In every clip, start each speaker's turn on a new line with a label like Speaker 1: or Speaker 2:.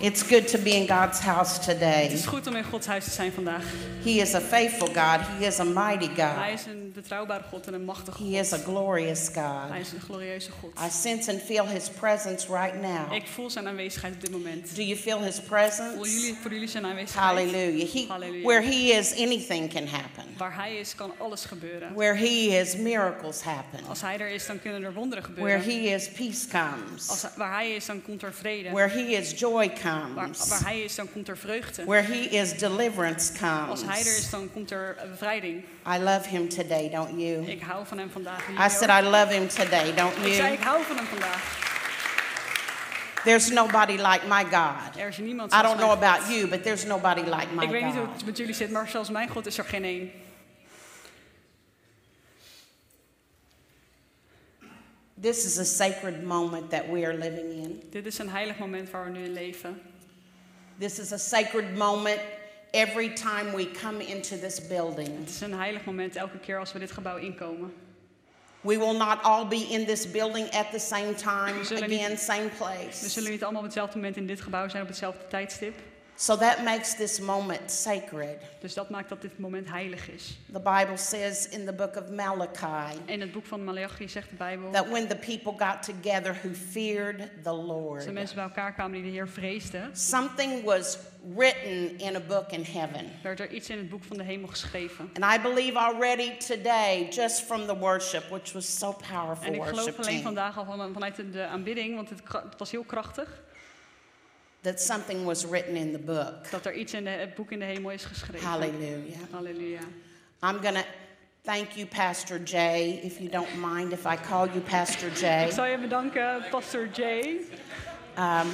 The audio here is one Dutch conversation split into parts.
Speaker 1: It's good to be in God's house
Speaker 2: Het
Speaker 1: today.
Speaker 2: is goed om in Gods huis te zijn vandaag.
Speaker 1: He is a faithful God. He is a mighty
Speaker 2: Hij
Speaker 1: God.
Speaker 2: is een betrouwbare God en een machtige
Speaker 1: He is a
Speaker 2: God.
Speaker 1: glorious
Speaker 2: Hij
Speaker 1: God.
Speaker 2: is een glorieuze God.
Speaker 1: I sense and feel His presence right now.
Speaker 2: Ik voel zijn aanwezigheid op dit moment.
Speaker 1: Do you feel His
Speaker 2: Voel
Speaker 1: presence?
Speaker 2: jullie, voor jullie zijn aanwezigheid.
Speaker 1: Hallelujah. He,
Speaker 2: Hallelujah.
Speaker 1: where He is, anything can happen.
Speaker 2: Waar hij is, kan alles gebeuren.
Speaker 1: Where He is, miracles happen.
Speaker 2: Als hij er is, dan kunnen er wonderen gebeuren.
Speaker 1: Where He is, peace
Speaker 2: Als,
Speaker 1: comes.
Speaker 2: hij- waar hij is, dan komt er vrede.
Speaker 1: Where He is, joy
Speaker 2: waar,
Speaker 1: comes.
Speaker 2: waar hij is, dan komt er vreugde.
Speaker 1: Where He is, deliverance
Speaker 2: Als
Speaker 1: comes.
Speaker 2: hij er is, dan komt er eh, bevrijding.
Speaker 1: I love Him today, don't you?
Speaker 2: Ik hou van hem vandaag. Jullie
Speaker 1: I said,
Speaker 2: ook?
Speaker 1: I love Him today, don't
Speaker 2: ik zei,
Speaker 1: you?
Speaker 2: ik hou van hem vandaag.
Speaker 1: There's nobody like my God.
Speaker 2: Er is niemand
Speaker 1: I
Speaker 2: zoals
Speaker 1: don't
Speaker 2: mijn
Speaker 1: know
Speaker 2: God.
Speaker 1: about you, but there's nobody like my
Speaker 2: Ik weet niet hoe
Speaker 1: God.
Speaker 2: het met jullie zit, maar zelfs mijn God is er geen één.
Speaker 1: This is a sacred moment that we are living in.
Speaker 2: Dit is een heilig moment waar we nu in leven.
Speaker 1: This is a sacred moment every time we come into this building.
Speaker 2: Het is een heilig moment elke keer als we dit gebouw inkomen.
Speaker 1: We will not all be in this building at the same time,
Speaker 2: We zullen niet-
Speaker 1: again, same
Speaker 2: We
Speaker 1: place.
Speaker 2: zullen niet allemaal op hetzelfde moment in dit gebouw zijn op hetzelfde tijdstip.
Speaker 1: So that makes this moment sacred.
Speaker 2: Dus dat maakt dat dit moment heilig is.
Speaker 1: The Bible says in the book of Malachi
Speaker 2: In het boek van Malachi zegt de Bijbel dat
Speaker 1: that when the people got together who feared the
Speaker 2: de
Speaker 1: Lord,
Speaker 2: mensen bij elkaar kwamen die de Heer vreesden.
Speaker 1: something was written in a book in heaven.
Speaker 2: Werd er iets in het boek van de hemel geschreven.
Speaker 1: And I believe already today, just from the worship, which was so powerful
Speaker 2: En ik
Speaker 1: worship
Speaker 2: geloof alleen
Speaker 1: team,
Speaker 2: vandaag al van- vanuit de aanbidding, want het kra- het was heel krachtig,
Speaker 1: that something was written in the book.
Speaker 2: dat er iets in de- het boek in de hemel is geschreven.
Speaker 1: Hallelujah.
Speaker 2: Halleluja.
Speaker 1: I'm going to thank you, Pastor Jay, if you don't mind if I call you Pastor Jay.
Speaker 2: Ik zal je bedanken, Pastor Jay.
Speaker 1: Um,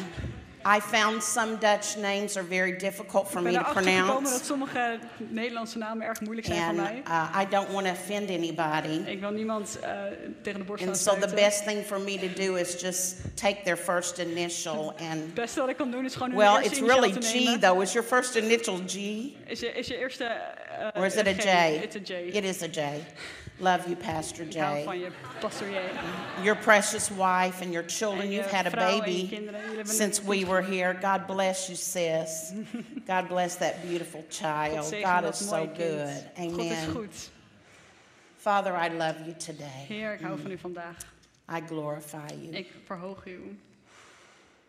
Speaker 1: I found some Dutch names are very difficult for
Speaker 2: Ik ben
Speaker 1: me to
Speaker 2: erachter gekomen dat
Speaker 1: pronounce,
Speaker 2: sommige Nederlandse namen erg moeilijk zijn voor
Speaker 1: and
Speaker 2: mij.
Speaker 1: uh, I don't want to offend anybody.
Speaker 2: Ik wil niemand eh, tegen de borst
Speaker 1: And
Speaker 2: gaan
Speaker 1: so the
Speaker 2: stoten.
Speaker 1: best thing for me to do is just take their first initial
Speaker 2: Het
Speaker 1: and.
Speaker 2: beste wat ik kan doen is gewoon hun
Speaker 1: Well,
Speaker 2: eerste
Speaker 1: it's
Speaker 2: initiaal
Speaker 1: really
Speaker 2: te
Speaker 1: G
Speaker 2: nemen.
Speaker 1: though. Is your first initial G?
Speaker 2: Is je, is je eerste... eh,
Speaker 1: Or is it a
Speaker 2: G?
Speaker 1: J?
Speaker 2: It's a J.
Speaker 1: It is a J. Love you, Pastor
Speaker 2: Ik hou
Speaker 1: J. Oh,
Speaker 2: van je, Pastor J.
Speaker 1: Your precious wife and your children.
Speaker 2: En je
Speaker 1: You've had a
Speaker 2: vrouw en je
Speaker 1: baby
Speaker 2: kinderen, jullie hebben
Speaker 1: since
Speaker 2: een-
Speaker 1: we were here. God bless you, sis. God bless that beautiful
Speaker 2: God
Speaker 1: child.
Speaker 2: zegen
Speaker 1: God
Speaker 2: dat
Speaker 1: is so
Speaker 2: mooie kind.
Speaker 1: good.
Speaker 2: God is
Speaker 1: Amen.
Speaker 2: goed.
Speaker 1: Father, I love you today.
Speaker 2: Heer, ik hou
Speaker 1: Mm.
Speaker 2: van u vandaag.
Speaker 1: I glorify you.
Speaker 2: Ik verhoog u.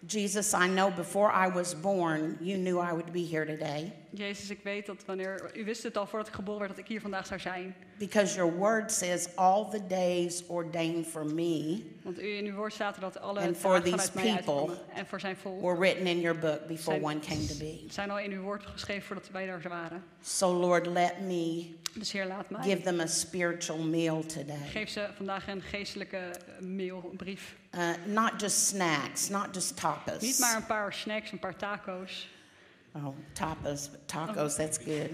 Speaker 1: Jesus, I know before I was born, you knew I would be here today
Speaker 2: Jezus, ik weet dat wanneer... U wist het al voordat ik geboren werd dat ik hier vandaag zou zijn.
Speaker 1: because your word says, All the days ordained for me
Speaker 2: Want u in uw woord staat er dat
Speaker 1: And
Speaker 2: alle dagen
Speaker 1: for these
Speaker 2: vanuit mij
Speaker 1: people
Speaker 2: uitkomen. En voor zijn volk
Speaker 1: were written in your book before
Speaker 2: Zijn-
Speaker 1: one came to be.
Speaker 2: zijn al in uw woord geschreven voordat wij daar waren.
Speaker 1: So, Lord, let me
Speaker 2: Dus Heer, laat mij.
Speaker 1: give them a spiritual meal today.
Speaker 2: Geef ze vandaag een geestelijke eh, mail, een brief.
Speaker 1: Uh, not just snacks, not just
Speaker 2: Niet
Speaker 1: tapas.
Speaker 2: maar een paar snacks, een paar taco's.
Speaker 1: Oh, tapas, but tacos, that's good.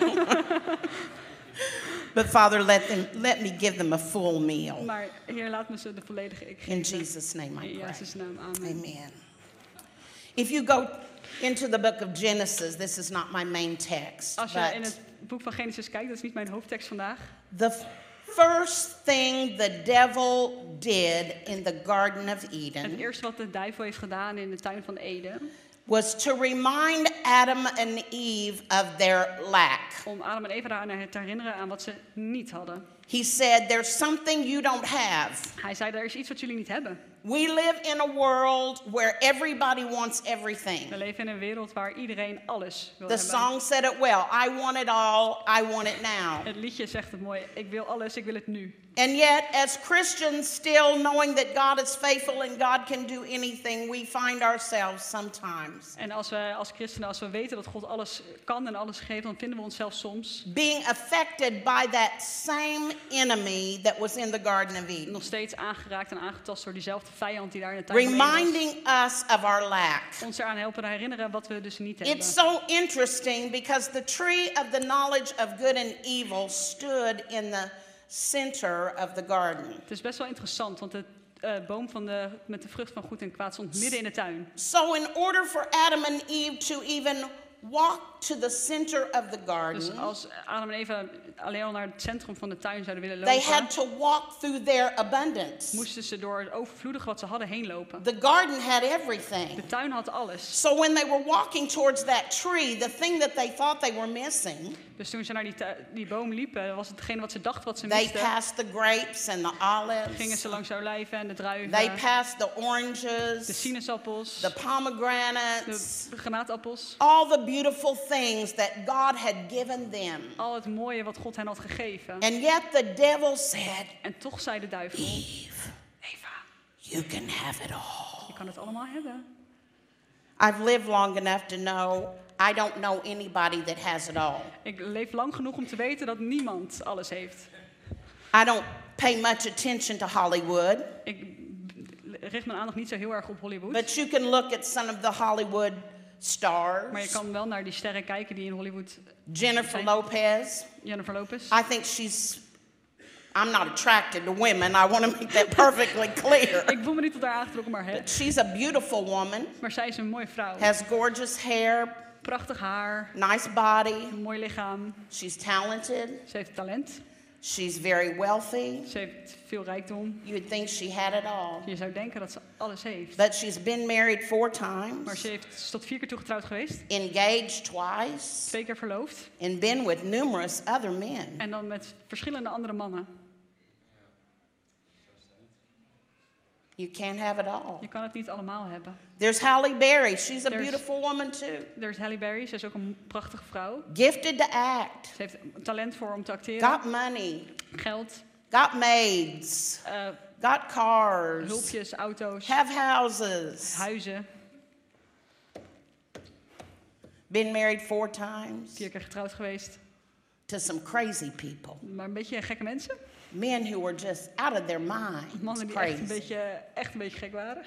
Speaker 1: but, Father, let, them, let me give them a full meal.
Speaker 2: Maar Heer, laat me ze de volledige ik geven.
Speaker 1: In Jesus' name I
Speaker 2: In
Speaker 1: pray.
Speaker 2: Jezus' naam, amen.
Speaker 1: Amen. If you go into the book of Genesis, this is not my main text,
Speaker 2: Als je in
Speaker 1: but
Speaker 2: het boek van Genesis kijkt, dat is niet mijn hoofdtekst vandaag.
Speaker 1: the f- first thing the devil did in the Garden of Eden.
Speaker 2: Het eerste wat de duivel heeft gedaan in de tuin van Eden,
Speaker 1: was to remind Adam and Eve of their lack.
Speaker 2: om Adam en Eva eraan te herinneren aan wat ze niet hadden.
Speaker 1: He said, There's something you don't have.
Speaker 2: Hij zei, er is iets wat jullie niet hebben.
Speaker 1: We live in a world where everybody wants everything.
Speaker 2: We leven in een wereld waar iedereen alles wil
Speaker 1: The
Speaker 2: hebben.
Speaker 1: song said it well I want it all, I want it now.
Speaker 2: Het liedje zegt het mooi, ik wil alles, ik wil het nu.
Speaker 1: And yet, as Christians, still knowing that God is faithful and God can do anything, we find ourselves sometimes
Speaker 2: En als wij als christenen, als we weten dat God alles kan en alles geeft, dan vinden we onszelf soms
Speaker 1: being affected by that same enemy that was in the Garden of Eden,
Speaker 2: nog steeds aangeraakt en aangetast door diezelfde vijand die daar in de tuin van Eden was.
Speaker 1: reminding us of our lack.
Speaker 2: Ons eraan helpen herinneren wat we dus niet hebben.
Speaker 1: It's so interesting because the tree of the knowledge of good and evil stood in the center of the garden.
Speaker 2: Het is best wel interessant, want de eh, boom van de, met de vrucht van goed en kwaad stond midden in de tuin.
Speaker 1: So, in order for Adam and Eve to even walk to the center of the
Speaker 2: Dus
Speaker 1: garden,
Speaker 2: als Adam en Eva alleen al naar het centrum van de tuin zouden willen
Speaker 1: they
Speaker 2: lopen,
Speaker 1: had to walk through their abundance.
Speaker 2: moesten ze door het overvloedige wat ze hadden heen lopen.
Speaker 1: The garden had everything.
Speaker 2: De tuin had alles.
Speaker 1: So, when they were walking towards that tree, the thing that they thought they were missing,
Speaker 2: Dus toen ze naar die, tu- die boom liepen, was het hetgene wat ze dachten wat ze
Speaker 1: they
Speaker 2: misten.
Speaker 1: passed the grapes and the
Speaker 2: Gingen ze
Speaker 1: olives,
Speaker 2: langs de olijven en de
Speaker 1: they
Speaker 2: druiven,
Speaker 1: passed the
Speaker 2: de
Speaker 1: oranges,
Speaker 2: sinaasappels,
Speaker 1: the
Speaker 2: de
Speaker 1: pomegranates.
Speaker 2: granaatappels.
Speaker 1: all the beautiful things that God had given them.
Speaker 2: Al het mooie wat God hen had gegeven.
Speaker 1: And yet the devil said,
Speaker 2: En toch zei de duivel,
Speaker 1: Eve,
Speaker 2: Eva,
Speaker 1: you can have it all.
Speaker 2: je kan het allemaal hebben.
Speaker 1: I've lived long enough to know I don't know anybody that has it all.
Speaker 2: Ik leef lang genoeg om te weten dat niemand alles heeft.
Speaker 1: I don't pay much attention to Hollywood,
Speaker 2: Ik richt mijn aandacht niet zo heel erg op Hollywood.
Speaker 1: but you can look at some of the Hollywood
Speaker 2: maar je
Speaker 1: stars.
Speaker 2: kan wel naar die sterren kijken die in Hollywood
Speaker 1: Jennifer
Speaker 2: Okay.
Speaker 1: Lopez,
Speaker 2: Jennifer Lopez.
Speaker 1: I think she's. I'm not attracted to women. I want to make that perfectly clear.
Speaker 2: Ik voel me niet tot haar aangetrokken, maar, hè.
Speaker 1: She's a beautiful woman,
Speaker 2: maar zij is een mooie vrouw.
Speaker 1: has gorgeous hair,
Speaker 2: Prachtig haar,
Speaker 1: nice body.
Speaker 2: een mooi lichaam.
Speaker 1: She's talented.
Speaker 2: Ze heeft talent.
Speaker 1: She's very wealthy.
Speaker 2: Ze heeft veel rijkdom.
Speaker 1: You would think she had it all.
Speaker 2: Je zou denken dat ze alles heeft.
Speaker 1: But she's been married four
Speaker 2: Maar
Speaker 1: times,
Speaker 2: ze heeft, is tot vier keer toegetrouwd geweest.
Speaker 1: engaged twice,
Speaker 2: Twee keer verloofd.
Speaker 1: and been with numerous other men.
Speaker 2: En dan met verschillende andere mannen.
Speaker 1: You can't have it all.
Speaker 2: Je kan het niet allemaal hebben.
Speaker 1: There's Halle Berry. She's a
Speaker 2: There's-
Speaker 1: beautiful woman, too.
Speaker 2: Er is Halle Berry. Ze is ook een prachtige vrouw.
Speaker 1: Gifted to act,
Speaker 2: Ze heeft talent voor om te acteren.
Speaker 1: got money,
Speaker 2: Geld.
Speaker 1: got maids,
Speaker 2: eh,
Speaker 1: got cars,
Speaker 2: hulpjes, auto's,
Speaker 1: have houses,
Speaker 2: huizen.
Speaker 1: been married four times
Speaker 2: Vier keer getrouwd geweest.
Speaker 1: to some crazy people.
Speaker 2: Maar een beetje gekke mensen.
Speaker 1: Men who were just out of their minds.
Speaker 2: Mannen die echt een,
Speaker 1: Crazy.
Speaker 2: beetje, echt een beetje gek waren.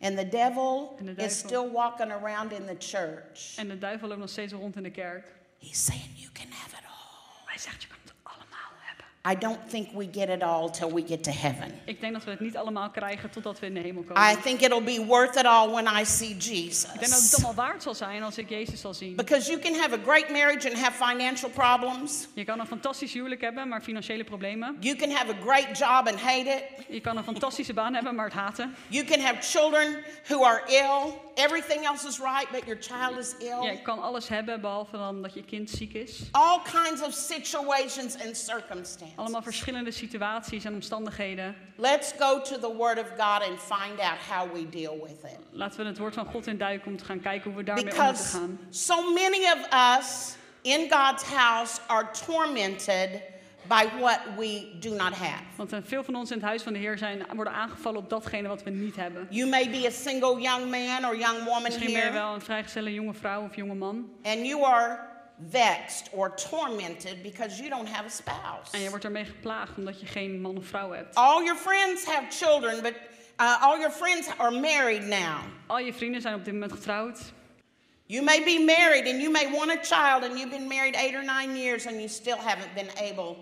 Speaker 1: And the devil
Speaker 2: En de
Speaker 1: is
Speaker 2: duivel.
Speaker 1: still walking around in the church.
Speaker 2: En de duivel loopt nog steeds rond in de kerk.
Speaker 1: He's saying, You can have it all.
Speaker 2: Hij zegt, je kan het allemaal hebben.
Speaker 1: I don't think we get it all till we get to heaven.
Speaker 2: Ik denk dat we het niet allemaal krijgen totdat we in de hemel komen.
Speaker 1: I think it'll be worth it all when I see
Speaker 2: Ik denk dat het
Speaker 1: Jesus.
Speaker 2: allemaal waard zal zijn als ik Jezus zal zien.
Speaker 1: Because you can have a great marriage and have financial problems.
Speaker 2: Je kan een fantastisch huwelijk hebben, maar financiële problemen.
Speaker 1: You can have a great job and hate it.
Speaker 2: Je kan een fantastische baan hebben, maar het haten.
Speaker 1: You can have children who are ill. Everything else is right, but your child is ill.
Speaker 2: Ja, je kan alles hebben, behalve dan dat je kind ziek is.
Speaker 1: All kinds of situations and circumstances.
Speaker 2: Allemaal verschillende situaties en omstandigheden.
Speaker 1: Let's go to the Word of God and find out how we deal with it.
Speaker 2: Laten we het woord van God induiken om te gaan kijken hoe we daarmee om moeten
Speaker 1: Because
Speaker 2: gaan.
Speaker 1: so many of us in God's house are tormented by what we do not have.
Speaker 2: Want eh, veel van ons in het huis van de Heer zijn, worden aangevallen op datgene wat we niet hebben.
Speaker 1: You may be a single young man or young woman
Speaker 2: Misschien ben je
Speaker 1: here,
Speaker 2: wel een vrijgezelle jonge vrouw of jonge man.
Speaker 1: and you are vexed or tormented because you don't have a spouse.
Speaker 2: En je wordt ermee geplaagd omdat je geen man of vrouw hebt.
Speaker 1: All your friends have children, but uh, all your friends are married now.
Speaker 2: Al je vrienden zijn op dit moment getrouwd.
Speaker 1: You may be married and you may want a child, and you've been married eight or nine years and you still haven't been able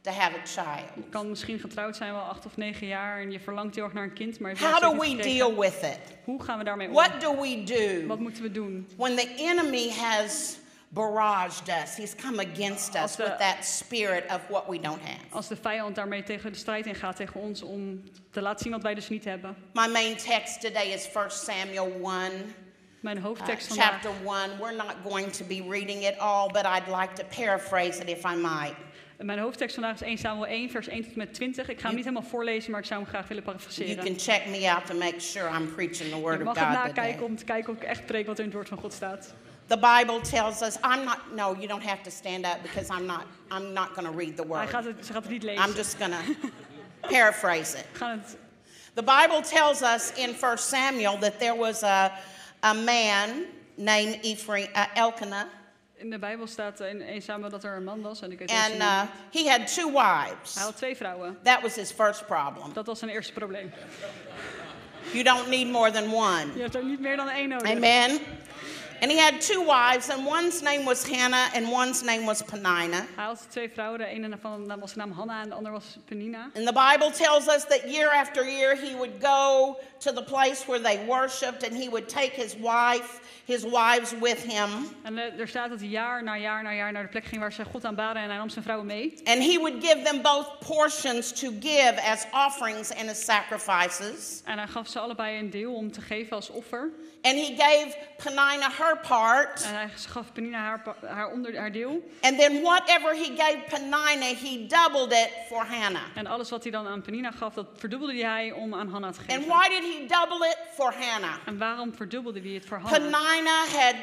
Speaker 1: to have a child.
Speaker 2: Je kan misschien getrouwd zijn, wel acht of negen jaar. En je verlangt heel erg naar een kind, maar je hebt
Speaker 1: How
Speaker 2: nog
Speaker 1: do
Speaker 2: steeds
Speaker 1: we
Speaker 2: niet
Speaker 1: deal
Speaker 2: gekregen.
Speaker 1: with it?
Speaker 2: Hoe gaan we daarmee om?
Speaker 1: What do we do
Speaker 2: Wat moeten we doen?
Speaker 1: when the enemy has barraged us? He's come against us
Speaker 2: Als de-
Speaker 1: with that spirit of what we don't have.
Speaker 2: Als de vijand daarmee tegen de strijd ingaat tegen ons om te laten zien wat wij dus niet hebben.
Speaker 1: My main text today is 1 Samuel 1,
Speaker 2: Mijn
Speaker 1: uh,
Speaker 2: hoofdtekst vandaag.
Speaker 1: chapter 1. We're not going to be reading it all, but I'd like to paraphrase it if I might.
Speaker 2: Mijn hoofdtekst vandaag is 1 Samuel 1, vers 1 tot en met 20. Ik ga hem niet helemaal voorlezen, maar ik zou hem graag willen
Speaker 1: You
Speaker 2: parafraseren.
Speaker 1: can check me out to make sure I'm preaching the
Speaker 2: Je
Speaker 1: Word of
Speaker 2: mag het
Speaker 1: God today.
Speaker 2: nakijken om te kijken of ik echt preek wat er in het woord van God staat.
Speaker 1: the Bible tells us, I'm not, no, you don't have to stand up because I'm not, I'm not going to read the
Speaker 2: Hij
Speaker 1: word.
Speaker 2: gaat het, ze gaat het niet lezen.
Speaker 1: I'm just going to paraphrase it.
Speaker 2: We gaan het,
Speaker 1: The Bible tells us in 1 Samuel that there was a, a man named Ephraim, uh, Elkanah,
Speaker 2: in de Bijbel staat eh, in 1 Samuel dat er een man was. En ik weet even zijn
Speaker 1: and
Speaker 2: naam
Speaker 1: uh,
Speaker 2: niet.
Speaker 1: he had two
Speaker 2: Hij
Speaker 1: wives.
Speaker 2: had twee vrouwen.
Speaker 1: That was his first problem.
Speaker 2: Dat was zijn eerste probleem.
Speaker 1: You don't need more than one.
Speaker 2: Je hebt er niet meer dan één nodig.
Speaker 1: Amen. And he had two wives, and one's name was Hannah, and one's name was Penina.
Speaker 2: Hij had twee vrouwen. De ene van naam was zijn naam Hanna en de andere was Penina.
Speaker 1: And the Bible tells us that year after year he would go to the place where they worshiped and he would take his wife, his wives with him,
Speaker 2: En eh, er staat dat hij jaar na jaar na jaar naar de plek ging waar ze God aanbaden en hij nam zijn vrouwen mee.
Speaker 1: and he would give them both portions to give as offerings and as sacrifices.
Speaker 2: En hij gaf ze allebei een deel om te geven als offer.
Speaker 1: And he gave Penina her part,
Speaker 2: En hij gaf Penina haar, pa- haar, onder, haar deel.
Speaker 1: and then whatever he gave Penina, he doubled it for Hannah.
Speaker 2: En alles wat hij dan aan Penina gaf, dat verdubbelde hij om aan Hanna te
Speaker 1: And
Speaker 2: geven.
Speaker 1: why did he double it for Hannah?
Speaker 2: En waarom verdubbelde hij het voor Hanna?
Speaker 1: Penina had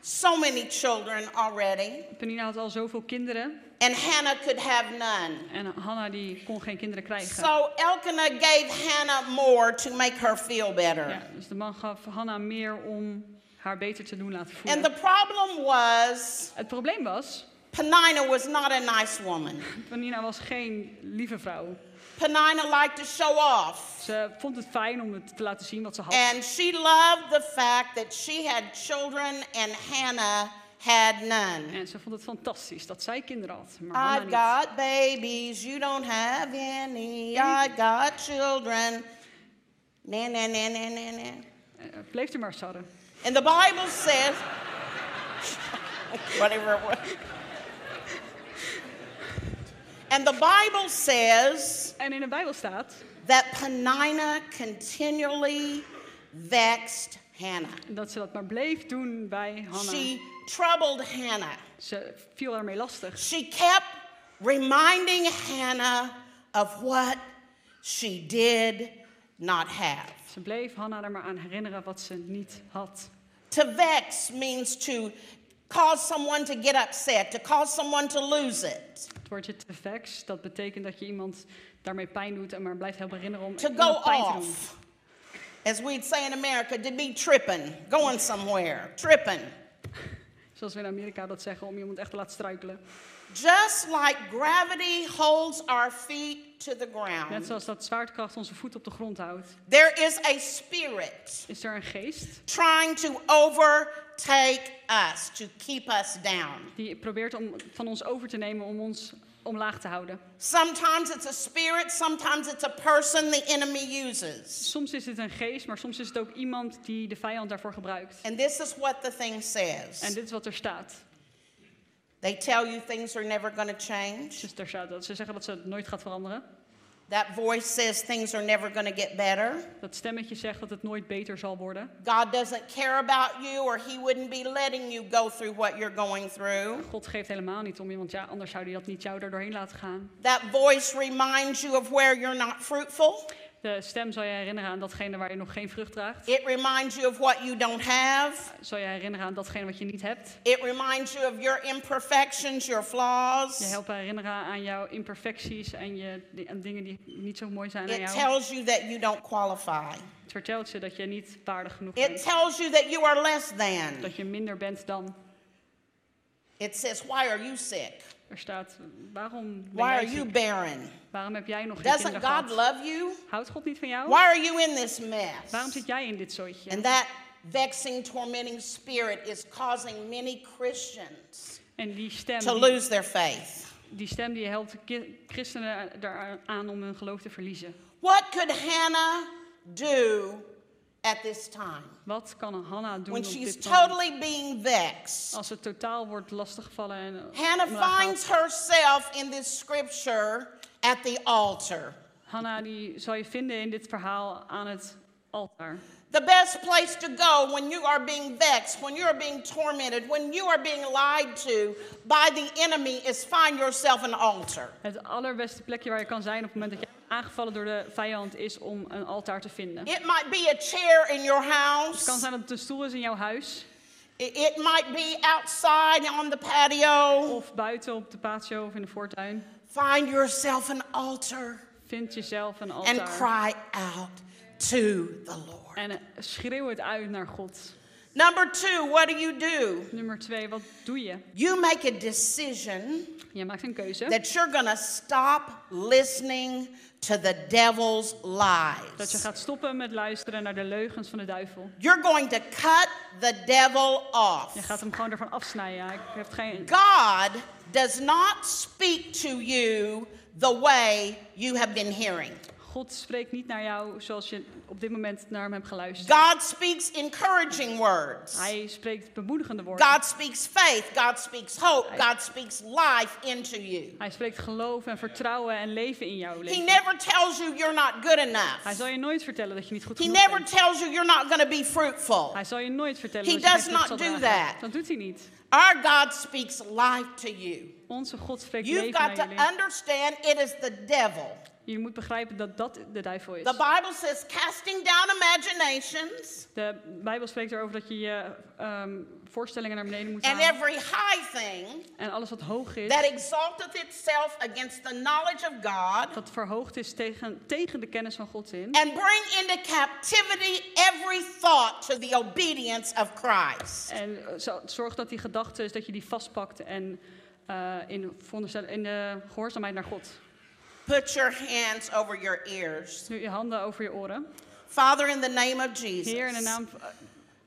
Speaker 1: so many children already,
Speaker 2: Penina had al zoveel kinderen
Speaker 1: and Hannah could have none.
Speaker 2: en Hanna die kon geen kinderen krijgen.
Speaker 1: So Elkanah gave Hannah more to make her feel better.
Speaker 2: Ja, dus de man gaf Hanna meer om haar beter te doen laten voelen.
Speaker 1: And the problem was,
Speaker 2: Het probleem was,
Speaker 1: Penina was not a nice woman.
Speaker 2: Penina was geen lieve vrouw.
Speaker 1: Penina liked to show off.
Speaker 2: Ze vond het fijn om het te laten zien wat ze had.
Speaker 1: And she loved the fact that she had children and Hannah had none.
Speaker 2: En ze vond het fantastisch dat zij kinderen had, maar Hanna
Speaker 1: I've
Speaker 2: niet.
Speaker 1: got babies, you don't have any. I got children. Na, na, na, na, na, na.
Speaker 2: Eh, Bleef er maar sarre.
Speaker 1: And the Bible says, whatever it was. And the Bible says
Speaker 2: En in de Bijbel staat
Speaker 1: that Penina continually vexed Hannah.
Speaker 2: dat ze dat maar bleef doen bij Hanna.
Speaker 1: She troubled Hannah.
Speaker 2: Ze viel daarmee lastig.
Speaker 1: She kept reminding Hannah of what she did not have.
Speaker 2: Ze bleef Hanna er maar aan herinneren wat ze niet had.
Speaker 1: To vex means to cause someone to get upset, to cause someone to lose it.
Speaker 2: Het woordje te vex, dat betekent dat je iemand daarmee pijn doet en maar blijft helpen herinneren om
Speaker 1: to go
Speaker 2: iemand pijn te doen.
Speaker 1: off, as we'd say in America, to be tripping, going somewhere, tripping.
Speaker 2: Zoals we in Amerika dat zeggen, om iemand echt te laten struikelen.
Speaker 1: Just like gravity holds our feet to the
Speaker 2: Net
Speaker 1: ground,
Speaker 2: zoals dat zwaartekracht onze voet op de grond houdt,
Speaker 1: there is a spirit
Speaker 2: is er een geest
Speaker 1: trying to overtake us, to keep us down.
Speaker 2: die probeert om van ons over te nemen om ons omlaag te houden.
Speaker 1: Sometimes it's a spirit, sometimes it's a person the enemy uses.
Speaker 2: Soms is het een geest, maar soms is het ook iemand die de vijand daarvoor gebruikt.
Speaker 1: And this is what the thing
Speaker 2: En
Speaker 1: says.
Speaker 2: dit is wat er staat.
Speaker 1: They tell you things are never going to change.
Speaker 2: Dus daar staat dat ze zeggen dat ze het nooit gaat veranderen.
Speaker 1: That voice says things are never going to get better.
Speaker 2: Dat stemmetje zegt dat het nooit beter zal worden.
Speaker 1: God doesn't care about you, or He wouldn't be letting you go through what you're going through.
Speaker 2: God geeft helemaal niet om iemand, ja, anders zou hij dat niet jou daar doorheen laten gaan.
Speaker 1: That voice reminds you of where you're not fruitful.
Speaker 2: De stem zal je herinneren aan datgene waar je nog geen vrucht draagt.
Speaker 1: It reminds you of what you don't have.
Speaker 2: Zal je herinneren aan datgene wat je niet hebt.
Speaker 1: It reminds you of your imperfections, your
Speaker 2: Je
Speaker 1: flaws.
Speaker 2: helpt herinneren aan jouw imperfecties en je aan dingen die niet zo mooi zijn aan
Speaker 1: It
Speaker 2: jou.
Speaker 1: tells you that you don't qualify.
Speaker 2: Het vertelt je dat je niet waardig genoeg
Speaker 1: It
Speaker 2: bent.
Speaker 1: tells you that you are less than.
Speaker 2: Dat je minder bent dan.
Speaker 1: It says, Why are you sick?
Speaker 2: Er staat, waarom, ben
Speaker 1: Why
Speaker 2: jij
Speaker 1: are you
Speaker 2: ziek?
Speaker 1: barren?
Speaker 2: waarom heb jij nog geen
Speaker 1: Doesn't
Speaker 2: kinderen
Speaker 1: God
Speaker 2: gehad?
Speaker 1: love you?
Speaker 2: Houdt God niet van jou?
Speaker 1: Why are you in this
Speaker 2: Waarom
Speaker 1: mess?
Speaker 2: zit jij in dit zooitje?
Speaker 1: And that vexing, tormenting spirit is causing many Christians
Speaker 2: En die stem,
Speaker 1: to
Speaker 2: die,
Speaker 1: lose their faith.
Speaker 2: die stem die helpt ki- christenen daaraan om hun geloof te verliezen.
Speaker 1: What could Hannah do at this time
Speaker 2: Wat kan Hanna doen
Speaker 1: when
Speaker 2: op
Speaker 1: she's
Speaker 2: dit moment?
Speaker 1: totally being vexed?
Speaker 2: Als ze totaal wordt lastiggevallen en eh,
Speaker 1: Hannah
Speaker 2: omlaag haalt.
Speaker 1: finds herself in this scripture at the altar.
Speaker 2: Hanna die zal je vinden in dit verhaal aan het altaar.
Speaker 1: The best place to go when you are being vexed, when you are being tormented, when you are being lied to by the enemy is find yourself an altar.
Speaker 2: Het allerbeste plekje waar je kan zijn op het moment dat je aangevallen door de vijand is om een altaar te vinden.
Speaker 1: It might be a chair in your
Speaker 2: Het kan
Speaker 1: house.
Speaker 2: zijn dat het een stoel is in jouw huis.
Speaker 1: It, it might be outside on the patio.
Speaker 2: Of buiten op de patio of in de voortuin.
Speaker 1: Find yourself an altar
Speaker 2: Vind jezelf een
Speaker 1: and
Speaker 2: altaar.
Speaker 1: cry out to the Lord.
Speaker 2: En eh, schreeuw het uit naar God.
Speaker 1: Number two, what do you do?
Speaker 2: Nummer twee, wat doe je?
Speaker 1: You make a decision
Speaker 2: Je maakt een keuze.
Speaker 1: that you're going to stop listening to the devil's
Speaker 2: Dat je
Speaker 1: lies.
Speaker 2: gaat stoppen met luisteren naar de leugens van de duivel.
Speaker 1: You're going to cut the devil
Speaker 2: Je gaat
Speaker 1: off.
Speaker 2: hem gewoon ervan afsnijden. Hij heeft geen...
Speaker 1: God does not speak to you the way you have been hearing.
Speaker 2: God spreekt niet naar jou zoals je op dit moment naar hem hebt geluisterd.
Speaker 1: God speaks encouraging words.
Speaker 2: Hij spreekt bemoedigende woorden.
Speaker 1: God speaks faith. God speaks hope. God speaks life into you.
Speaker 2: Hij spreekt geloof en vertrouwen en leven in jouw
Speaker 1: He
Speaker 2: leven.
Speaker 1: never tells you you're not good
Speaker 2: Hij
Speaker 1: enough.
Speaker 2: zal je nooit vertellen dat je niet goed
Speaker 1: He
Speaker 2: genoeg
Speaker 1: never
Speaker 2: bent.
Speaker 1: tells you you're not going to be fruitful.
Speaker 2: Hij zal je nooit vertellen
Speaker 1: He
Speaker 2: dat je geen
Speaker 1: does
Speaker 2: vrucht
Speaker 1: not
Speaker 2: zal
Speaker 1: do
Speaker 2: dragen.
Speaker 1: that.
Speaker 2: Dat doet hij niet.
Speaker 1: Our God speaks life to you.
Speaker 2: Onze God spreekt
Speaker 1: You've
Speaker 2: leven
Speaker 1: got
Speaker 2: naar
Speaker 1: to
Speaker 2: je leven.
Speaker 1: understand it is the devil.
Speaker 2: Je moet begrijpen dat dat de duivel is.
Speaker 1: The Bible says, casting down imaginations
Speaker 2: De Bijbel spreekt erover dat je je ehm, voorstellingen naar beneden moet
Speaker 1: and
Speaker 2: halen.
Speaker 1: every high thing
Speaker 2: En alles wat hoog is,
Speaker 1: that exalteth itself against the knowledge of God,
Speaker 2: dat verhoogd is tegen, tegen de kennis van God in.
Speaker 1: and bring into captivity every thought to the obedience of Christ.
Speaker 2: En eh, zo- zorg dat die gedachten, is dat je die vastpakt en eh, in, veronderstel- in de gehoorzaamheid naar God. Dus
Speaker 1: Put your hands over your ears.
Speaker 2: Nu je handen over je oren.
Speaker 1: Father, in the name of Jesus,
Speaker 2: Heer, in de naam van-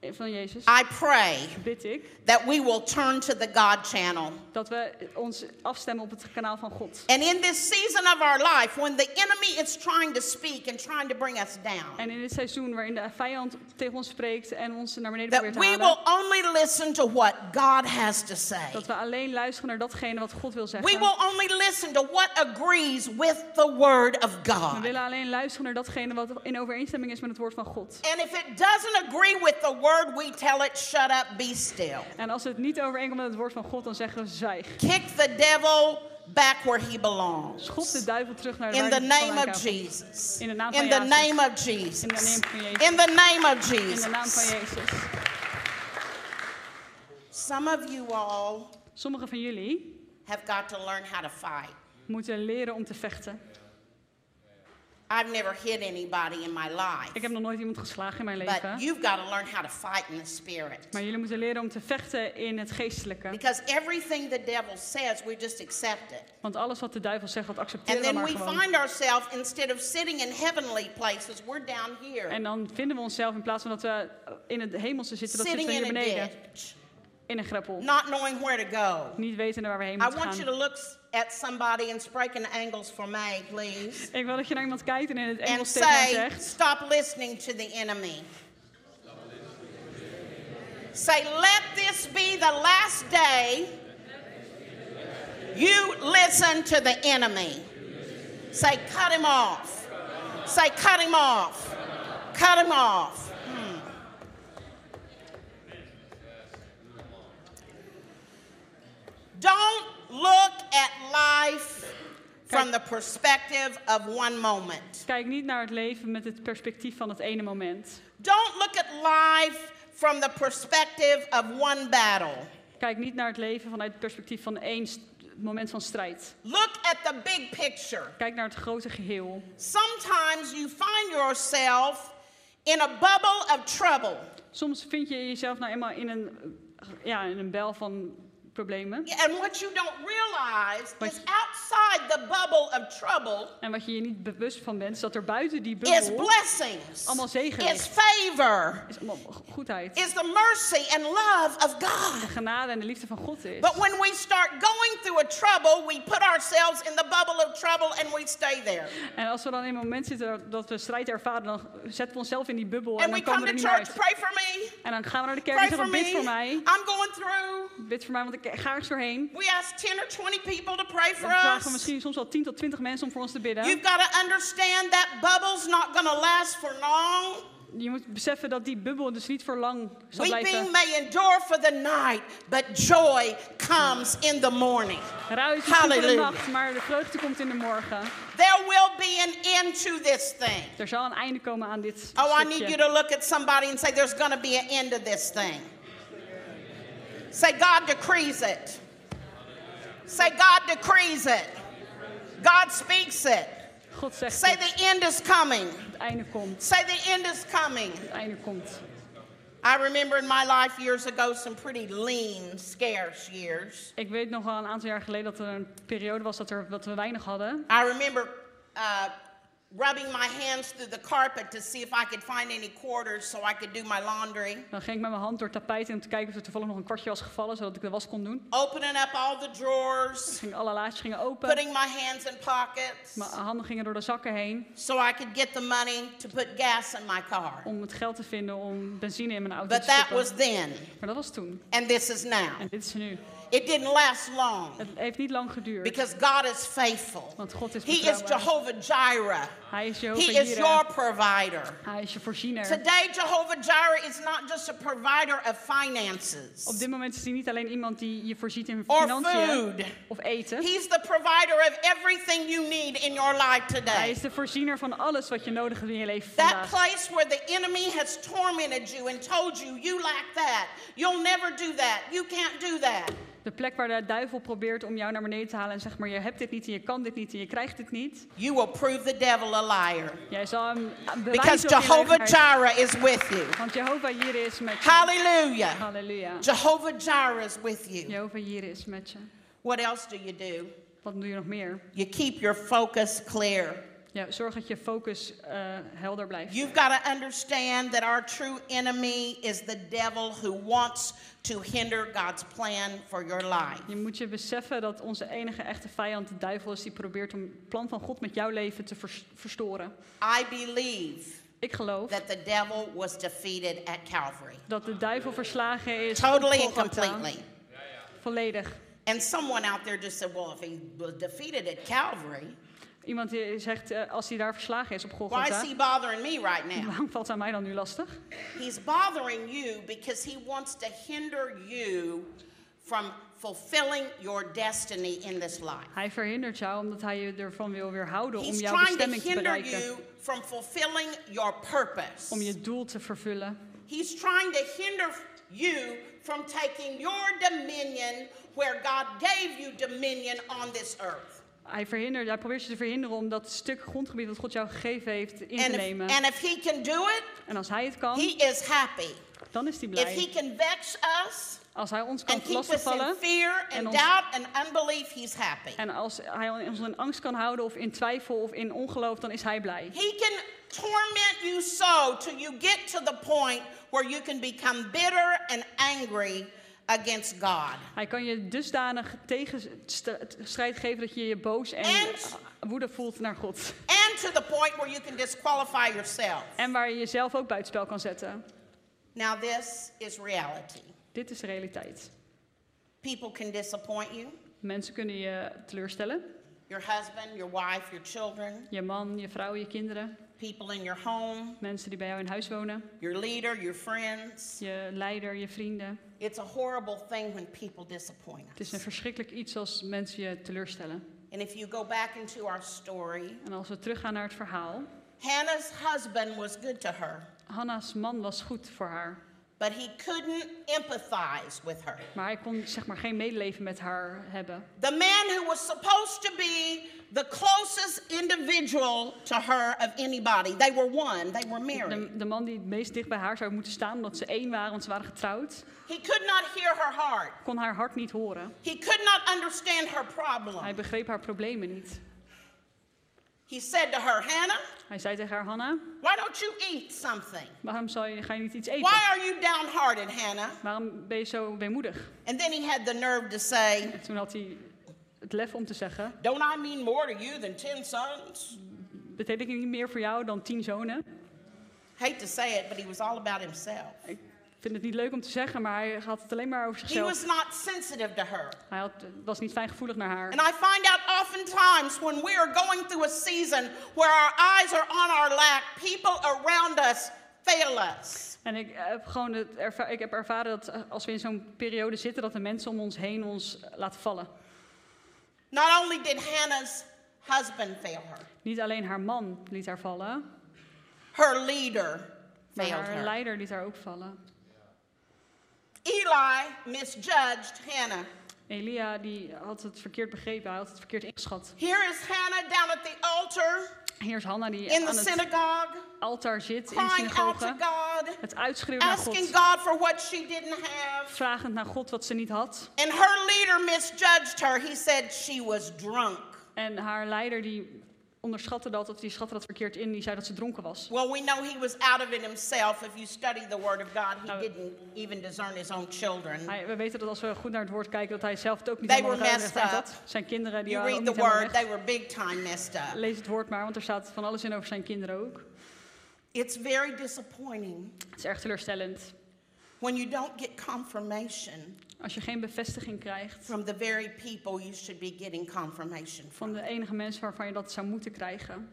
Speaker 2: eh, van Jezus,
Speaker 1: I pray
Speaker 2: bid ik
Speaker 1: that we will turn to the God channel.
Speaker 2: dat we ons afstemmen op het kanaal van God.
Speaker 1: And in this season of our life, when the enemy is trying to speak and trying to bring us down,
Speaker 2: En in dit seizoen waarin de vijand tegen ons spreekt en ons naar beneden
Speaker 1: that
Speaker 2: probeert te
Speaker 1: we
Speaker 2: halen,
Speaker 1: will only listen to what God has to say.
Speaker 2: dat we alleen luisteren naar datgene wat God wil
Speaker 1: We
Speaker 2: zeggen.
Speaker 1: will only listen to what agrees with the Word of
Speaker 2: We
Speaker 1: God.
Speaker 2: willen alleen luisteren naar datgene wat in overeenstemming is met het woord van God.
Speaker 1: And if it doesn't agree with the Word, we tell it, shut up, be still.
Speaker 2: En als het niet overeenkomt met het woord van God, dan zeggen we zwijg.
Speaker 1: Kick the devil back where he
Speaker 2: Schop de
Speaker 1: belongs.
Speaker 2: duivel terug naar de
Speaker 1: In the
Speaker 2: waar hij
Speaker 1: name
Speaker 2: vandaan
Speaker 1: of
Speaker 2: kwam.
Speaker 1: Jesus.
Speaker 2: In de naam van
Speaker 1: In the
Speaker 2: Jezus.
Speaker 1: name of Jesus. In
Speaker 2: In
Speaker 1: the name of
Speaker 2: In de naam van
Speaker 1: Jesus.
Speaker 2: Jezus.
Speaker 1: Some of you all
Speaker 2: Sommigen van jullie
Speaker 1: have got to learn how to fight.
Speaker 2: moeten leren om te vechten.
Speaker 1: I've never hit anybody in my life,
Speaker 2: Ik heb nog nooit iemand geslagen in mijn
Speaker 1: but
Speaker 2: leven.
Speaker 1: you've got to learn how to fight in the spirit.
Speaker 2: Maar jullie moeten leren om te vechten in het geestelijke.
Speaker 1: Because everything the devil says, we just accept it.
Speaker 2: Want alles wat de duivel zegt, dat accepteren
Speaker 1: And
Speaker 2: we
Speaker 1: then
Speaker 2: maar
Speaker 1: we
Speaker 2: gewoon.
Speaker 1: find ourselves, instead of sitting in heavenly places, we're down here,
Speaker 2: En dan vinden we onszelf in plaats van dat we in het hemelse zitten, dat zitten
Speaker 1: sitting
Speaker 2: we hier
Speaker 1: in a
Speaker 2: beneden.
Speaker 1: ditch,
Speaker 2: In een greppel.
Speaker 1: not knowing where to go.
Speaker 2: Niet weten waar we heen
Speaker 1: I
Speaker 2: moeten
Speaker 1: want you to
Speaker 2: gaan.
Speaker 1: look s- at somebody and break in angles for me, please.
Speaker 2: Ik wil dat je naar iemand kijkt en in het
Speaker 1: And
Speaker 2: Engels tegen hem
Speaker 1: say,
Speaker 2: zegt.
Speaker 1: stop listening to the enemy. Say, let this be the last day you listen to the enemy. Say, cut him off. Say, cut him off. Cut him off. Hmm. Don't look at life from the perspective of one moment.
Speaker 2: Kijk niet naar het leven met het perspectief van het ene moment.
Speaker 1: Don't look at life from the perspective of one battle.
Speaker 2: Kijk niet naar het leven vanuit het perspectief van één st- moment van strijd.
Speaker 1: Look at the big picture.
Speaker 2: Kijk naar het grote geheel.
Speaker 1: Sometimes you find yourself in a bubble of trouble.
Speaker 2: Soms vind je jezelf nou eenmaal in een, ja, in een bel van problemen.
Speaker 1: And what you don't realize
Speaker 2: But-
Speaker 1: is outside the bubble of trouble
Speaker 2: En wat je je niet bewust van bent, is dat er buiten die
Speaker 1: is
Speaker 2: bubbel
Speaker 1: blessings,
Speaker 2: Allemaal zegen
Speaker 1: is
Speaker 2: is.
Speaker 1: favor,
Speaker 2: is allemaal go- goedheid,
Speaker 1: is the mercy and love of God.
Speaker 2: genade en de liefde van God is.
Speaker 1: But when we start going through a trouble, we put ourselves in the bubble of trouble and we stay there.
Speaker 2: En als we dan in een moment zitten dat we strijd ervaren, dan zetten we onszelf in die bubbel en
Speaker 1: And we
Speaker 2: dan
Speaker 1: come
Speaker 2: komen we
Speaker 1: to
Speaker 2: er niet
Speaker 1: church,
Speaker 2: uit.
Speaker 1: pray for me,
Speaker 2: En dan gaan we naar de kerk en
Speaker 1: pray for
Speaker 2: zeggen, bid
Speaker 1: me.
Speaker 2: voor mij.
Speaker 1: I'm going through.
Speaker 2: Bid voor mij, want ik ga ergens doorheen.
Speaker 1: We ask 10 or 20 people to pray for
Speaker 2: Dan vragen we
Speaker 1: us.
Speaker 2: misschien soms al 10 tot 20 mensen om voor ons te bidden.
Speaker 1: You've got to understand that bubble's not going to last for long.
Speaker 2: Je moet beseffen dat die bubbel dus niet voor lang zal
Speaker 1: Weeping
Speaker 2: blijven.
Speaker 1: may endure for the night, but joy comes in the morning.
Speaker 2: Ruis is goed voor de
Speaker 1: Hallelujah.
Speaker 2: nacht, maar de vreugde komt in de morgen.
Speaker 1: There will be an end to this thing.
Speaker 2: Er zal een einde komen aan dit
Speaker 1: Oh, I
Speaker 2: stukje.
Speaker 1: need you to look at somebody and say, There's going to be an end to this thing. Say, God decrees it. Say, God decrees it. God speaks it.
Speaker 2: God zegt
Speaker 1: Say,
Speaker 2: dat
Speaker 1: the end is coming.
Speaker 2: het einde komt.
Speaker 1: Say, the end is coming.
Speaker 2: Het einde komt.
Speaker 1: I remember in my life years ago some pretty lean, scarce years.
Speaker 2: Ik weet nog wel een aantal jaar geleden dat er een periode was dat, er, dat we weinig hadden.
Speaker 1: I remember uh, rubbing my hands through the carpet to see if I could find any quarters so I could do my laundry.
Speaker 2: Dan ging ik met mijn hand door het tapijt in om te kijken of er toevallig nog een kwartje was gevallen, zodat ik de was kon doen.
Speaker 1: Opening up all the drawers,
Speaker 2: Ging alle laadjes gingen open.
Speaker 1: putting my hands in pockets
Speaker 2: Mijn handen gingen door de zakken heen
Speaker 1: so I could get the money to put gas in my car.
Speaker 2: om het geld te vinden om benzine in mijn auto
Speaker 1: But
Speaker 2: te
Speaker 1: that was
Speaker 2: stoppen.
Speaker 1: then,
Speaker 2: Maar dat was toen.
Speaker 1: and this is now.
Speaker 2: En dit is nu.
Speaker 1: It didn't last long
Speaker 2: Het heeft niet lang geduurd.
Speaker 1: because God is faithful.
Speaker 2: Want God is
Speaker 1: He is
Speaker 2: betrouwbaar.
Speaker 1: Jehovah Jireh,
Speaker 2: Hij is Jehovah
Speaker 1: He is your
Speaker 2: Jireh.
Speaker 1: provider.
Speaker 2: Hij is je voorziener.
Speaker 1: Today, Jehovah Jireh is not just a provider of
Speaker 2: Op
Speaker 1: finances,
Speaker 2: dit moment is hij niet alleen iemand die je voorziet in
Speaker 1: Or
Speaker 2: financiën
Speaker 1: food.
Speaker 2: of eten.
Speaker 1: He's the provider of everything you need in your life
Speaker 2: Hij
Speaker 1: today.
Speaker 2: is de voorziener van alles wat je nodig hebt in je leven
Speaker 1: That
Speaker 2: vandaag.
Speaker 1: place where the enemy has tormented you and told you, you lack that, you'll never do that, you can't do that.
Speaker 2: De plek waar de duivel probeert om jou naar beneden te halen en zeg maar je hebt dit niet en je kan dit niet en je krijgt dit niet.
Speaker 1: You will prove the devil a liar
Speaker 2: Jij zal hem bewijzen
Speaker 1: because
Speaker 2: op je
Speaker 1: Jehovah
Speaker 2: leugenaar.
Speaker 1: Jireh is with you.
Speaker 2: Want Jehovah hier is met je.
Speaker 1: Hallelujah.
Speaker 2: Halleluja.
Speaker 1: Jehovah Jireh is with you.
Speaker 2: Jehovah hier is met je.
Speaker 1: What else do you do?
Speaker 2: Wat doe je nog meer?
Speaker 1: You keep your focus clear.
Speaker 2: Ja, zorg dat je focus eh, helder blijft.
Speaker 1: You've got to understand that our true enemy is the devil who wants to hinder God's plan for your life.
Speaker 2: Je moet je beseffen dat onze enige echte vijand de duivel is die probeert om het plan van God met jouw leven te vers- verstoren.
Speaker 1: I believe
Speaker 2: Ik geloof
Speaker 1: that the devil was defeated at Calvary,
Speaker 2: dat de duivel verslagen is. op
Speaker 1: totally and
Speaker 2: Golgotha.
Speaker 1: completely.
Speaker 2: Volledig.
Speaker 1: And someone out there just said, well, if he was defeated at Calvary,
Speaker 2: Iemand die zegt, eh, als hij daar verslagen is op
Speaker 1: why is
Speaker 2: Golgotha,
Speaker 1: he bothering me right now?
Speaker 2: waarom valt het aan mij dan nu lastig?
Speaker 1: He's bothering you because he wants to hinder you from fulfilling your destiny in this life.
Speaker 2: Hij verhindert jou omdat hij je ervan wil weerhouden om
Speaker 1: He's
Speaker 2: jouw
Speaker 1: trying to
Speaker 2: bestemming te
Speaker 1: hinder
Speaker 2: bereiken.
Speaker 1: you from fulfilling your purpose.
Speaker 2: Om je doel te vervullen.
Speaker 1: He's trying to hinder you from taking your dominion where God gave you dominion on this earth.
Speaker 2: Hij, verhindert, hij probeert je te verhinderen om dat stuk grondgebied dat God jou gegeven heeft in te
Speaker 1: And if,
Speaker 2: nemen.
Speaker 1: and if he can do it,
Speaker 2: En als hij het kan,
Speaker 1: he is happy.
Speaker 2: dan is hij
Speaker 1: If he
Speaker 2: blij.
Speaker 1: can vex us
Speaker 2: Als hij ons kan
Speaker 1: and keep us in
Speaker 2: lastigvallen
Speaker 1: fear
Speaker 2: en
Speaker 1: and
Speaker 2: ons-
Speaker 1: doubt and unbelief, he's happy.
Speaker 2: en als hij ons in angst kan houden of in twijfel of in ongeloof, dan is hij blij.
Speaker 1: He can torment you so till you get to the point where you can become bitter and angry against God.
Speaker 2: Hij kan je dusdanig tegenstrijd geven dat je je boos en eh,
Speaker 1: And-
Speaker 2: woede voelt naar God.
Speaker 1: And to the point where you can disqualify yourself.
Speaker 2: En waar je jezelf ook buitenspel kan zetten.
Speaker 1: Now, this is reality.
Speaker 2: Dit is de realiteit.
Speaker 1: People can disappoint you
Speaker 2: Mensen kunnen je teleurstellen.
Speaker 1: your husband, your wife, your children,
Speaker 2: Je man, je vrouw, je kinderen.
Speaker 1: people in your home,
Speaker 2: Mensen die bij jou in huis wonen.
Speaker 1: your leader, your friends.
Speaker 2: Je leider, je vrienden.
Speaker 1: It's a horrible thing when people disappoint
Speaker 2: Het is een
Speaker 1: us.
Speaker 2: verschrikkelijk iets als mensen je teleurstellen.
Speaker 1: And if you go back into our story,
Speaker 2: En als we teruggaan naar het verhaal.
Speaker 1: Hannah's husband was good to her,
Speaker 2: Hanna's man was goed voor haar.
Speaker 1: but he couldn't empathize with her.
Speaker 2: Maar hij kon zeg maar geen medeleven met haar hebben.
Speaker 1: The man who was supposed to be the closest individual to her of anybody. They were one, they were married.
Speaker 2: De, de man die het meest dicht bij haar zou moeten staan, omdat ze één waren, want ze waren getrouwd,
Speaker 1: He could not hear her heart.
Speaker 2: kon haar hart niet horen.
Speaker 1: He could not understand her
Speaker 2: Hij
Speaker 1: problem.
Speaker 2: begreep haar problemen niet.
Speaker 1: He said to her, Hannah,
Speaker 2: Hij zei tegen haar, Hanna,
Speaker 1: why don't you eat something?
Speaker 2: waarom zal je, ga je niet iets eten?
Speaker 1: Why are you downhearted, Hannah?
Speaker 2: Waarom ben je zo weemoedig?
Speaker 1: And then he had the nerve to say,
Speaker 2: En toen had hij het lef om te zeggen,
Speaker 1: Don't I mean more to you than 10 sons?
Speaker 2: betekent niet meer voor jou dan tien zonen?
Speaker 1: Hate to say it, but he was all about himself.
Speaker 2: Ik vind het niet leuk om te zeggen, maar hij had het alleen maar over
Speaker 1: He
Speaker 2: zichzelf.
Speaker 1: was not sensitive to her.
Speaker 2: Hij had, was niet fijngevoelig naar haar.
Speaker 1: And I find out oftentimes when we are going through a season where our eyes are on our lack, people around us fail us.
Speaker 2: En ik heb gewoon het erva- ik heb ervaren dat eh, als we in zo'n periode zitten, dat de mensen om ons heen ons eh, laten vallen.
Speaker 1: Not only did Hannah's husband fail her,
Speaker 2: Niet alleen haar man liet haar vallen,
Speaker 1: her leader
Speaker 2: maar
Speaker 1: failed
Speaker 2: haar
Speaker 1: her.
Speaker 2: leider liet haar ook vallen.
Speaker 1: Eli misjudged Hannah.
Speaker 2: Elia die had het verkeerd begrepen, hij had het verkeerd ingeschat.
Speaker 1: Here is Hannah down at the altar
Speaker 2: Hier is Hanna die
Speaker 1: in the
Speaker 2: aan het
Speaker 1: synagogue,
Speaker 2: altaar zit in de
Speaker 1: crying out to
Speaker 2: synagoge.
Speaker 1: God,
Speaker 2: Het uitschreeuwen naar
Speaker 1: asking
Speaker 2: God.
Speaker 1: God for what she didn't have.
Speaker 2: Vragend naar God wat ze niet had.
Speaker 1: And her leader misjudged her. He said she was drunk.
Speaker 2: En haar leider die onderschatte dat, of die schatte dat verkeerd in. Die zei dat ze dronken was.
Speaker 1: Well, we know he was out of it himself. If you study the Word of God, he
Speaker 2: Oh.
Speaker 1: didn't even discern his own children.
Speaker 2: Hij, we weten dat als we goed naar het woord kijken, dat hij zelf het ook niet
Speaker 1: They
Speaker 2: helemaal
Speaker 1: were
Speaker 2: recht uit
Speaker 1: messed
Speaker 2: had. Zijn kinderen die
Speaker 1: You
Speaker 2: waren ook
Speaker 1: read the
Speaker 2: niet helemaal
Speaker 1: Word, they
Speaker 2: recht.
Speaker 1: were big time messed up.
Speaker 2: Lees het woord maar, want er staat van alles in over zijn kinderen ook.
Speaker 1: It's very disappointing
Speaker 2: Het is erg teleurstellend.
Speaker 1: when you don't get confirmation
Speaker 2: Als je geen bevestiging krijgt
Speaker 1: from the very people you should be getting confirmation from.
Speaker 2: van de enige mensen waarvan je dat zou moeten krijgen.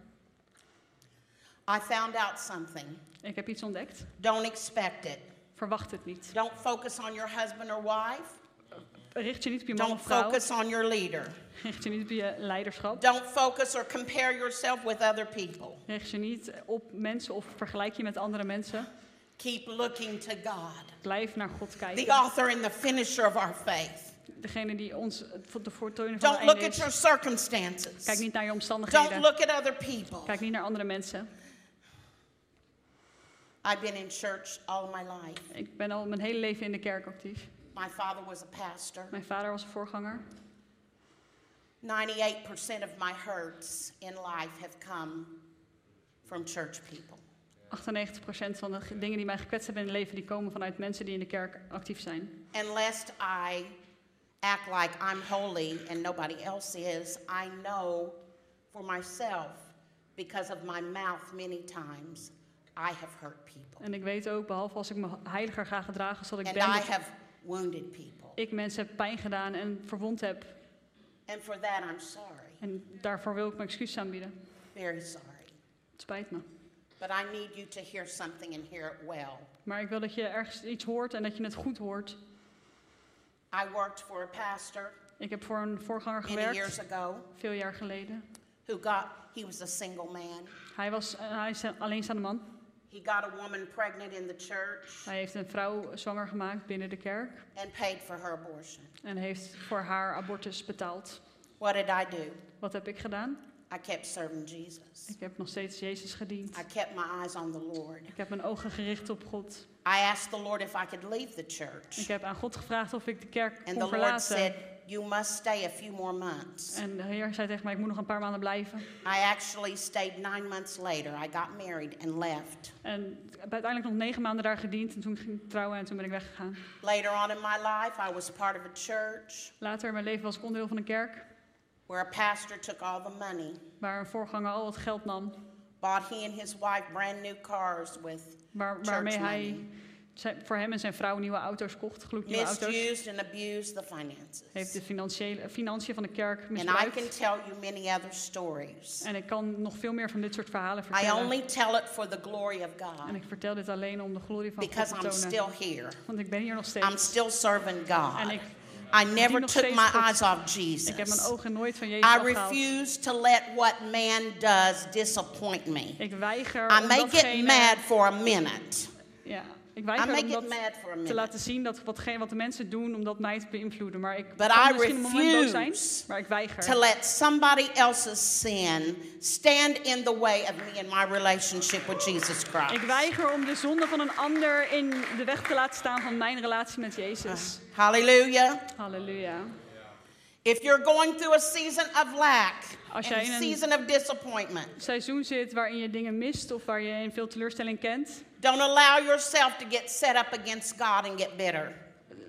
Speaker 1: I found out something.
Speaker 2: Ik heb iets ontdekt.
Speaker 1: Don't expect it.
Speaker 2: Verwacht het niet.
Speaker 1: Don't focus on your husband or wife.
Speaker 2: Richt je niet op je man
Speaker 1: Don't
Speaker 2: of vrouw.
Speaker 1: focus on your leader.
Speaker 2: Richt je niet op je leiderschap.
Speaker 1: Don't focus or compare yourself with other people.
Speaker 2: Richt je niet op mensen of vergelijk je met andere mensen.
Speaker 1: Keep looking to God,
Speaker 2: Blijf naar God
Speaker 1: the
Speaker 2: kijken.
Speaker 1: author and the finisher of our faith.
Speaker 2: Degene die ons voor de voortdurende van de
Speaker 1: Don't look
Speaker 2: einde
Speaker 1: at your
Speaker 2: is. Kijk
Speaker 1: circumstances.
Speaker 2: niet naar je
Speaker 1: Don't
Speaker 2: omstandigheden.
Speaker 1: look at other people.
Speaker 2: Kijk niet naar andere mensen.
Speaker 1: I've been in church all my life.
Speaker 2: Ik ben al mijn hele leven in de kerk actief.
Speaker 1: My father was a pastor.
Speaker 2: Mijn vader was een voorganger.
Speaker 1: 98% of my hurts in life have come from church people.
Speaker 2: 98% van de g- dingen die mij gekwetst hebben in het leven, die komen vanuit mensen die in de kerk actief zijn.
Speaker 1: And lest I act like I'm holy and nobody else is, I know for myself, because of my mouth many times, I have hurt people.
Speaker 2: En ik weet ook, behalve als ik me heiliger ga gedragen, zal ik ben,
Speaker 1: And I
Speaker 2: dat
Speaker 1: have wounded people.
Speaker 2: ik mensen heb pijn gedaan en verwond heb.
Speaker 1: And for that, I'm sorry,
Speaker 2: En daarvoor wil ik mijn excuus aanbieden.
Speaker 1: very sorry.
Speaker 2: Het spijt me.
Speaker 1: But I need you to hear something and hear it well.
Speaker 2: Maar ik wil dat je ergens iets hoort en dat je het goed hoort.
Speaker 1: I worked for a pastor
Speaker 2: Ik heb voor een voorganger
Speaker 1: many years
Speaker 2: gewerkt,
Speaker 1: ago
Speaker 2: veel jaar geleden.
Speaker 1: who got, he was a single man.
Speaker 2: Hij, was, eh, hij is een alleenstaande man.
Speaker 1: He got a woman pregnant in the church
Speaker 2: Hij heeft een vrouw zwanger gemaakt binnen de kerk
Speaker 1: and paid for her abortion.
Speaker 2: en heeft voor haar abortus betaald.
Speaker 1: What did I do?
Speaker 2: Wat heb ik gedaan?
Speaker 1: I kept serving Jesus.
Speaker 2: Ik heb nog steeds Jezus gediend.
Speaker 1: I kept my eyes on the Lord.
Speaker 2: Ik heb mijn ogen gericht op God.
Speaker 1: I asked the Lord if I could leave the
Speaker 2: Ik
Speaker 1: church.
Speaker 2: heb aan God gevraagd of ik de kerk
Speaker 1: And the
Speaker 2: kon
Speaker 1: Lord said,
Speaker 2: verlaten.
Speaker 1: You must stay a few more months.
Speaker 2: En de Heer zei tegen mij, ik moet nog een paar maanden blijven.
Speaker 1: I actually stayed nine months later. I got married and left.
Speaker 2: En ik heb uiteindelijk nog negen maanden daar gediend. En toen ging ik trouwen en toen ben ik weggegaan.
Speaker 1: Later on in my life, I was part of a church
Speaker 2: Later in mijn leven was ik onderdeel van een kerk.
Speaker 1: where a pastor took all the money,
Speaker 2: Waar een voorganger al het geld nam.
Speaker 1: bought he and his wife brand new cars with
Speaker 2: Waar, waarmee
Speaker 1: church
Speaker 2: hij
Speaker 1: money,
Speaker 2: zijn- voor hem en zijn vrouw nieuwe auto's kocht. Gloednieuwe auto's.
Speaker 1: misused and abused the finances.
Speaker 2: Heeft de financiële, financiën van de kerk
Speaker 1: And I can
Speaker 2: misbruikt.
Speaker 1: tell you many other stories.
Speaker 2: En ik kan nog veel meer van dit soort verhalen
Speaker 1: I uh,
Speaker 2: vertellen.
Speaker 1: only tell it for the glory of
Speaker 2: En
Speaker 1: God
Speaker 2: ik vertel dit alleen om de glorie van God
Speaker 1: because
Speaker 2: te
Speaker 1: I'm still
Speaker 2: tonen.
Speaker 1: here.
Speaker 2: Want ik ben hier nog
Speaker 1: I'm
Speaker 2: steeds.
Speaker 1: still serving
Speaker 2: En
Speaker 1: God.
Speaker 2: ik,
Speaker 1: I never
Speaker 2: nog
Speaker 1: took
Speaker 2: steeds
Speaker 1: my
Speaker 2: God.
Speaker 1: eyes off
Speaker 2: ik heb mijn
Speaker 1: Jesus.
Speaker 2: ogen nooit van Jezus
Speaker 1: I
Speaker 2: afgehaald.
Speaker 1: refuse to let what man does disappoint me.
Speaker 2: Ik weiger
Speaker 1: I
Speaker 2: om
Speaker 1: may get
Speaker 2: datgene-
Speaker 1: mad for a minute.
Speaker 2: Ja, ik
Speaker 1: I
Speaker 2: weiger
Speaker 1: may
Speaker 2: om
Speaker 1: get
Speaker 2: dat
Speaker 1: mad for a
Speaker 2: te
Speaker 1: minute.
Speaker 2: laten zien dat watgene wat de mensen doen, om dat mij te beïnvloeden. Maar ik
Speaker 1: But
Speaker 2: kan
Speaker 1: I
Speaker 2: misschien een moment boos zijn,
Speaker 1: refuse
Speaker 2: maar ik
Speaker 1: To
Speaker 2: weiger.
Speaker 1: let somebody else's sin stand in the way of me and my relationship with Jesus
Speaker 2: Ik
Speaker 1: Christ.
Speaker 2: weiger om de zonde van een ander in de weg te laten staan van mijn relatie met Jezus.
Speaker 1: Ah. Hallelujah.
Speaker 2: Halleluja.
Speaker 1: If you're going through a season of lack,
Speaker 2: Als
Speaker 1: and
Speaker 2: jij in
Speaker 1: a
Speaker 2: een-
Speaker 1: season of disappointment,
Speaker 2: Seizoen zit waarin je dingen mist of waar je in veel teleurstelling kent.
Speaker 1: don't allow yourself to get set up against God and get bitter.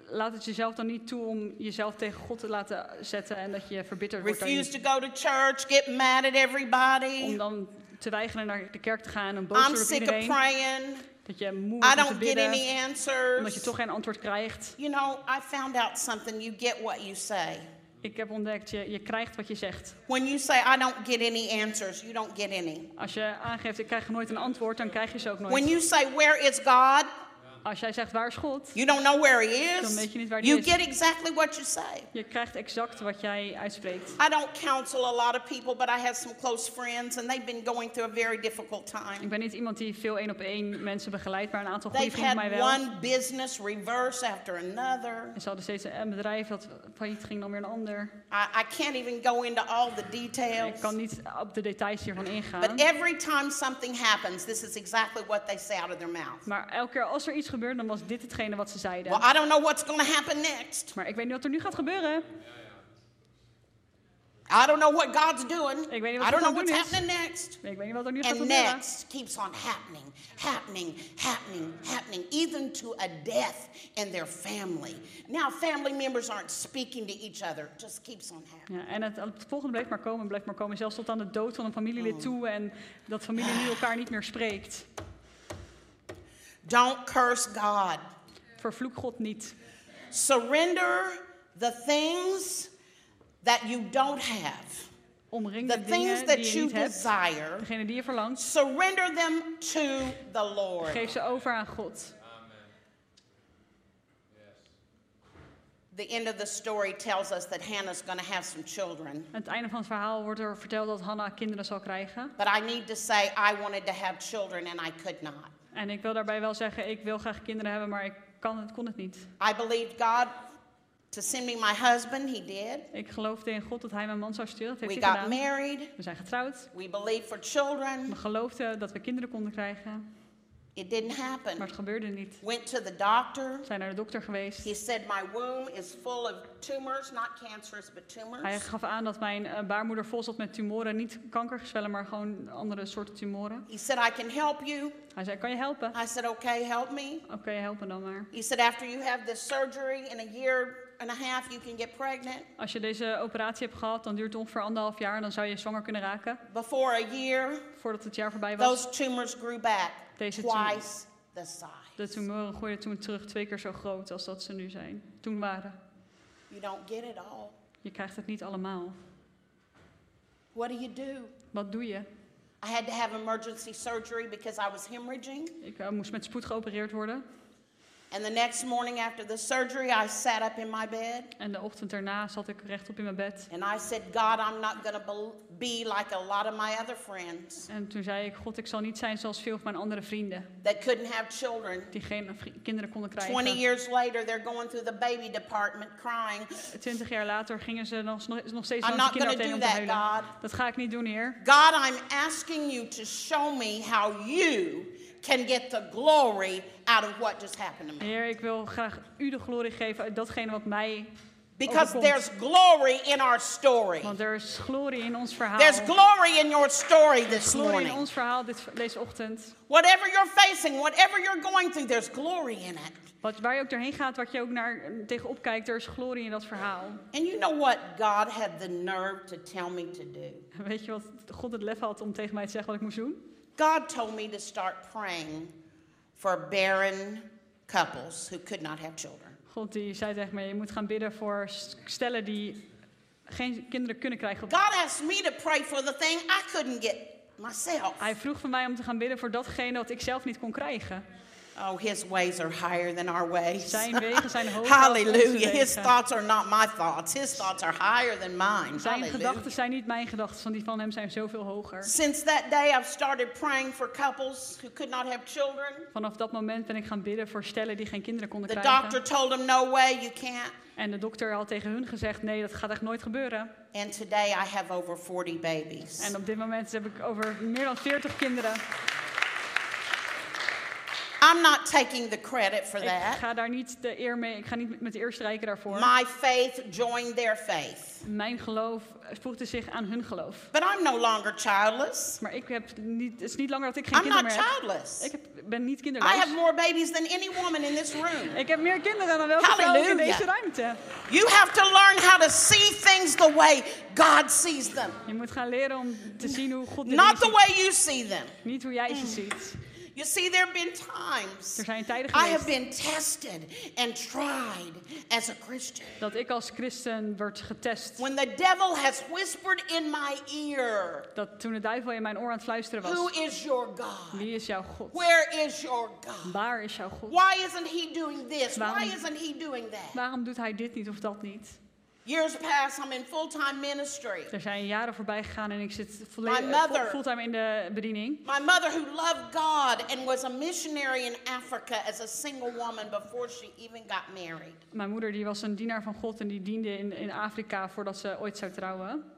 Speaker 2: Laat het jezelf dan niet toe om jezelf tegen God te laten zetten en dat je verbitterd wordt. daar
Speaker 1: Refuse
Speaker 2: niet.
Speaker 1: to go to church, get mad at
Speaker 2: Om
Speaker 1: everybody.
Speaker 2: dan te weigeren naar de kerk te gaan en boos te
Speaker 1: I'm
Speaker 2: worden op
Speaker 1: sick of
Speaker 2: iedereen.
Speaker 1: praying.
Speaker 2: Dat je moe
Speaker 1: I
Speaker 2: wordt om te
Speaker 1: don't get
Speaker 2: bidden,
Speaker 1: any
Speaker 2: omdat je
Speaker 1: answers.
Speaker 2: toch geen antwoord krijgt.
Speaker 1: You know, I found out something. You get what you say.
Speaker 2: Ik heb ontdekt, je, je krijgt wat je zegt.
Speaker 1: When you say, I don't get any answers, you don't get any.
Speaker 2: Als je aangeeft, ik krijg nooit een antwoord, dan krijg je ze ook nooit.
Speaker 1: When you say, Where is God?
Speaker 2: Als jij zegt waar is God,
Speaker 1: You don't know where He
Speaker 2: Dan weet
Speaker 1: is.
Speaker 2: je niet waar die
Speaker 1: You
Speaker 2: is.
Speaker 1: get exactly what you say.
Speaker 2: je krijgt exact wat jij uitspreekt.
Speaker 1: I don't counsel a lot of people, but I have some close friends, and they've been going through a very difficult
Speaker 2: Ik
Speaker 1: time.
Speaker 2: ben niet iemand die veel één op één mensen begeleidt, maar een aantal goede
Speaker 1: They've
Speaker 2: vrienden van
Speaker 1: had
Speaker 2: mij wel.
Speaker 1: one business reverse after another.
Speaker 2: En ze hadden steeds een bedrijf dat failliet ging, dan weer een ander.
Speaker 1: I, I can't even go into all the
Speaker 2: Ik
Speaker 1: details.
Speaker 2: kan niet op de details hiervan ingaan.
Speaker 1: But every time something happens, this is exactly what they say out of their mouth.
Speaker 2: Maar elke keer als er iets gebeurt, dan was dit hetgene wat ze
Speaker 1: Well,
Speaker 2: zeiden.
Speaker 1: I don't know what's going to happen next.
Speaker 2: Maar ik weet niet wat er nu gaat gebeuren.
Speaker 1: I don't know what God's doing.
Speaker 2: Ik weet niet wat
Speaker 1: I don't know
Speaker 2: God
Speaker 1: what's
Speaker 2: doen is.
Speaker 1: happening next.
Speaker 2: Ik weet niet wat er nu gaat
Speaker 1: And
Speaker 2: gebeuren.
Speaker 1: next keeps on happening, happening, happening, happening, even to a death in their family. Now, family members aren't speaking to each other, It just keeps on happening.
Speaker 2: Ja, en het, het volgende bleef maar komen, bleef maar komen. Zelfs tot aan de dood van een
Speaker 1: Oh.
Speaker 2: familielid toe. En dat familie nu elkaar niet meer spreekt.
Speaker 1: Don't curse God.
Speaker 2: Vervloek God niet.
Speaker 1: Surrender the things that you don't have,
Speaker 2: Omring
Speaker 1: the
Speaker 2: de
Speaker 1: things
Speaker 2: dingen die
Speaker 1: that
Speaker 2: je
Speaker 1: you
Speaker 2: niet hebt.
Speaker 1: desire.
Speaker 2: Degene die je verlangt,
Speaker 1: Surrender them to the Lord.
Speaker 2: geef ze over aan God.
Speaker 1: The end of the story tells us that Hannah's going to have some children.
Speaker 2: Aan het einde van het verhaal wordt er verteld dat Hanna kinderen zal krijgen.
Speaker 1: But I need to say, I wanted to have children and I could not.
Speaker 2: En ik wil daarbij wel zeggen, ik wil graag kinderen hebben, maar ik kan het, kon het niet.
Speaker 1: I believed God to send me my husband. He did.
Speaker 2: Ik geloofde in God dat hij mijn man zou sturen. Dat heeft
Speaker 1: We
Speaker 2: hij
Speaker 1: got
Speaker 2: gedaan.
Speaker 1: married.
Speaker 2: We zijn getrouwd.
Speaker 1: We believed for
Speaker 2: We
Speaker 1: children.
Speaker 2: geloofden dat we kinderen konden krijgen,
Speaker 1: It didn't
Speaker 2: maar
Speaker 1: happen.
Speaker 2: het gebeurde niet.
Speaker 1: Went to the doctor.
Speaker 2: We zijn naar de dokter geweest.
Speaker 1: He said, My womb is full of tumors, not cancerous, but
Speaker 2: Hij
Speaker 1: tumors.
Speaker 2: gaf aan dat mijn eh, baarmoeder vol zat met tumoren. Niet kankergezwellen, maar gewoon andere soorten tumoren.
Speaker 1: He said, I can help you.
Speaker 2: Hij zei, kan je helpen?
Speaker 1: I said, Okay, help me.
Speaker 2: Oké, helpen dan maar.
Speaker 1: He said, After you have this surgery in a year and a half, you can get pregnant.
Speaker 2: Als je deze operatie hebt gehad, dan duurt het ongeveer anderhalf jaar. en Dan zou je zwanger kunnen raken
Speaker 1: Before a year,
Speaker 2: voordat het jaar voorbij was.
Speaker 1: those tumors grew back
Speaker 2: Deze tum-
Speaker 1: twice the size.
Speaker 2: De tumoren gooiden toen terug twee keer zo groot als dat ze nu zijn. Toen waren.
Speaker 1: You don't get it all.
Speaker 2: Je krijgt het niet allemaal.
Speaker 1: What do you do?
Speaker 2: Wat doe je?
Speaker 1: I had to have emergency surgery because I was hemorrhaging.
Speaker 2: Ik eh, moest met spoed geopereerd worden.
Speaker 1: And the next morning after the surgery, I sat up in my bed
Speaker 2: En de ochtend daarna zat ik rechtop in mijn bed.
Speaker 1: and I said, God, I'm not going to be like a lot of my other friends
Speaker 2: En toen zei ik, God, ik zal niet zijn zoals veel van mijn andere vrienden.
Speaker 1: that couldn't have children.
Speaker 2: Die geen vri- kinderen konden
Speaker 1: 20
Speaker 2: krijgen.
Speaker 1: years later, they're going through the baby department crying.
Speaker 2: Twintig jaar later gingen ze nog, nog steeds
Speaker 1: I'm
Speaker 2: naar de
Speaker 1: not gonna
Speaker 2: kinderafdeling om
Speaker 1: do
Speaker 2: te
Speaker 1: that,
Speaker 2: huilen. Dat ga ik niet doen, heer.
Speaker 1: God, I'm asking you to show me how you can get the glory out of what just happened to me.
Speaker 2: Heer, ik wil graag u de glorie geven uit datgene wat mij
Speaker 1: Because
Speaker 2: overkomt.
Speaker 1: there's glory in our story.
Speaker 2: Want er is glorie in ons verhaal.
Speaker 1: There's glory in your story this
Speaker 2: glorie in
Speaker 1: morning.
Speaker 2: ons verhaal dit, deze ochtend.
Speaker 1: Whatever you're facing, whatever you're going through, there's glory in it.
Speaker 2: Wat, waar je ook doorheen gaat, wat je ook naar, tegenop kijkt, er is glorie in dat verhaal.
Speaker 1: And you know what God had the nerve to tell me to do?
Speaker 2: En Weet je wat God het lef had om tegen mij te zeggen wat ik moest doen?
Speaker 1: God told me to start praying for barren couples who could not have children.
Speaker 2: God die zei tegen mij, je moet gaan bidden voor s- stellen die geen kinderen kunnen krijgen. op-
Speaker 1: God asked me to pray for the thing I couldn't get myself.
Speaker 2: Hij vroeg van mij om te gaan bidden voor datgene wat ik zelf niet kon krijgen.
Speaker 1: Oh, his ways are higher than our ways.
Speaker 2: Zijn wegen zijn hoger dan onze
Speaker 1: Hallelujah. His
Speaker 2: wegen.
Speaker 1: thoughts are not my thoughts. His thoughts are higher than mine.
Speaker 2: Zijn
Speaker 1: Hallelujah.
Speaker 2: gedachten zijn niet mijn gedachten, want die van hem zijn zoveel hoger.
Speaker 1: Since that day, I've started praying for couples who could not have children.
Speaker 2: Vanaf dat moment ben ik gaan bidden voor stellen die geen kinderen konden
Speaker 1: The doctor
Speaker 2: krijgen.
Speaker 1: told him, No way, you can't.
Speaker 2: En de dokter had tegen hun gezegd, nee, dat gaat echt nooit gebeuren.
Speaker 1: And today I have over 40 babies.
Speaker 2: En op dit moment heb ik over meer dan 40 kinderen.
Speaker 1: I'm not taking the credit for
Speaker 2: Ik
Speaker 1: that.
Speaker 2: ga daar niet de eer mee, ik ga niet met de eer strijken daarvoor.
Speaker 1: My faith joined their faith.
Speaker 2: Mijn geloof voegde zich aan hun geloof.
Speaker 1: But I'm no longer childless.
Speaker 2: Maar ik heb niet, het is niet langer dat ik geen
Speaker 1: I'm
Speaker 2: kinderen
Speaker 1: not
Speaker 2: meer heb.
Speaker 1: childless.
Speaker 2: Ik heb, ben niet
Speaker 1: I
Speaker 2: kinderloos.
Speaker 1: have more babies than any woman in this room.
Speaker 2: Ik heb meer kinderen dan welke vrouw ook in
Speaker 1: Halleluja.
Speaker 2: deze ruimte.
Speaker 1: You have to learn how to see things the way God sees them,
Speaker 2: Je moet gaan leren om te zien hoe God de
Speaker 1: not
Speaker 2: dingen
Speaker 1: the
Speaker 2: ziet.
Speaker 1: way you see them.
Speaker 2: Niet hoe jij ze ziet.
Speaker 1: You see, there have been times
Speaker 2: Er zijn tijden
Speaker 1: I have
Speaker 2: geweest
Speaker 1: been tested and tried as a Christian.
Speaker 2: dat ik als christen werd getest.
Speaker 1: When the devil has whispered in my ear,
Speaker 2: Dat toen de duivel in mijn oor aan het fluisteren
Speaker 1: Who
Speaker 2: was.
Speaker 1: is your God?
Speaker 2: Wie is jouw God?
Speaker 1: Where is your God?
Speaker 2: Waar is jouw God?
Speaker 1: Why isn't he doing this? Why
Speaker 2: Waarom-
Speaker 1: isn't he doing that?
Speaker 2: Waarom doet hij dit niet of dat niet?
Speaker 1: Years pass, I'm in full time ministry.
Speaker 2: Er zijn jaren voorbij gegaan en ik zit
Speaker 1: My
Speaker 2: volledig
Speaker 1: mother-
Speaker 2: fulltime in de bediening.
Speaker 1: My mother, who loved God and was a missionary in Africa as a single woman before she even got married,
Speaker 2: Mijn moeder die was een dienaar van God en die diende in, in Afrika voordat ze ooit zou trouwen.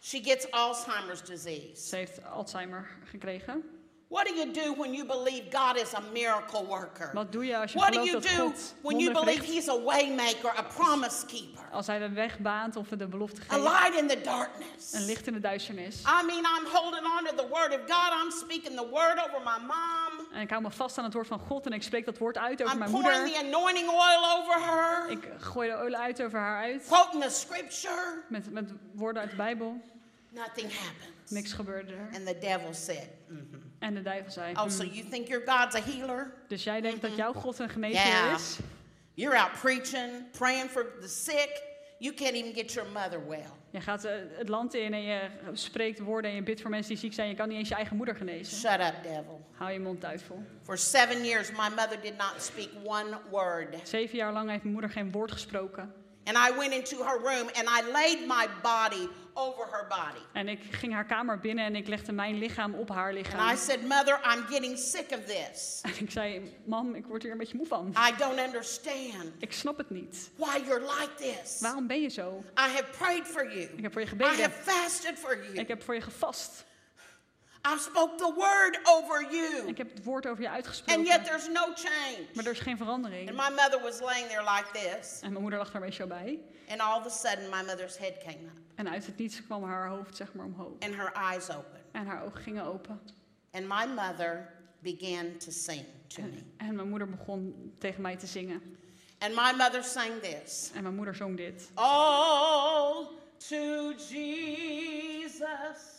Speaker 1: she gets Alzheimer's disease.
Speaker 2: Ze heeft Alzheimer gekregen.
Speaker 1: What do you do when you believe God is a miracle worker?
Speaker 2: Wat doe je als je
Speaker 1: What do
Speaker 2: gelooft
Speaker 1: you
Speaker 2: dat
Speaker 1: do
Speaker 2: God
Speaker 1: when you
Speaker 2: wonderen
Speaker 1: believe he's a
Speaker 2: verricht?
Speaker 1: waymaker, a promise keeper,
Speaker 2: Als hij de weg baant of de belofte
Speaker 1: a
Speaker 2: geeft.
Speaker 1: light in the
Speaker 2: Een
Speaker 1: darkness?
Speaker 2: licht in de duisternis.
Speaker 1: I mean, I'm holding on to the word of God. I'm speaking the word over my mom.
Speaker 2: En ik hou me vast aan het woord van God en ik spreek dat woord uit over
Speaker 1: I'm
Speaker 2: mijn
Speaker 1: pouring
Speaker 2: moeder.
Speaker 1: the anointing oil over her,
Speaker 2: Ik gooi de olie uit over haar uit.
Speaker 1: quoting the scripture.
Speaker 2: Met, met woorden uit de Bijbel.
Speaker 1: Nothing happens.
Speaker 2: Niks gebeurde er.
Speaker 1: And the devil said,
Speaker 2: En de duivel zei.
Speaker 1: Oh, so you think your God's a healer?
Speaker 2: Dus jij denkt dat
Speaker 1: Mhm.
Speaker 2: jouw God een geneesheer
Speaker 1: Yeah.
Speaker 2: is?
Speaker 1: You're out preaching, praying for the sick. You can't even get your mother well.
Speaker 2: Je gaat eh, het land in en je spreekt woorden en je bidt voor mensen die ziek zijn. Je kan niet eens je eigen moeder genezen.
Speaker 1: Shut up, devil.
Speaker 2: Hou je mond duivel.
Speaker 1: For seven years, my mother did not speak one word.
Speaker 2: Zeven jaar lang heeft mijn moeder geen woord gesproken.
Speaker 1: And I went into her room and I laid my body over her body.
Speaker 2: En ik ging haar kamer binnen en ik legde mijn lichaam op haar
Speaker 1: And I
Speaker 2: lichaam.
Speaker 1: said, Mother, I'm getting sick of this.
Speaker 2: En ik zei, mam, ik word hier een beetje moe van.
Speaker 1: I don't understand
Speaker 2: Ik snap het niet.
Speaker 1: why you're like this.
Speaker 2: Waarom ben je zo?
Speaker 1: I have prayed for you.
Speaker 2: Ik heb voor je
Speaker 1: I
Speaker 2: gebeden.
Speaker 1: have fasted for you.
Speaker 2: Ik heb voor je gevast.
Speaker 1: I've spoke the word over you.
Speaker 2: Ik heb het woord over je
Speaker 1: And yet
Speaker 2: uitgesproken.
Speaker 1: there's no change.
Speaker 2: Maar er is geen
Speaker 1: And
Speaker 2: verandering.
Speaker 1: my mother was laying there like this.
Speaker 2: En mijn moeder lag daar een beetje zo bij.
Speaker 1: And all of a sudden my mother's head came up
Speaker 2: En uit het niets kwam haar hoofd zeg maar omhoog.
Speaker 1: and her eyes opened.
Speaker 2: En haar ogen gingen open.
Speaker 1: And my mother began to sing to me.
Speaker 2: En mijn moeder begon tegen mij te zingen.
Speaker 1: And my mother sang this.
Speaker 2: En mijn moeder zong dit.
Speaker 1: All to Jesus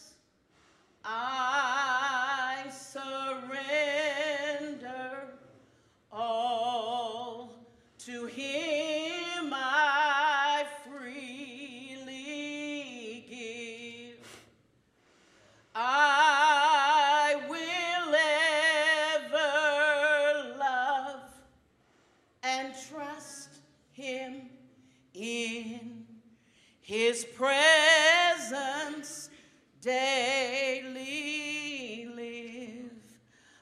Speaker 1: I surrender. All to Him I freely give. I will ever love and trust Him in His presence daily live.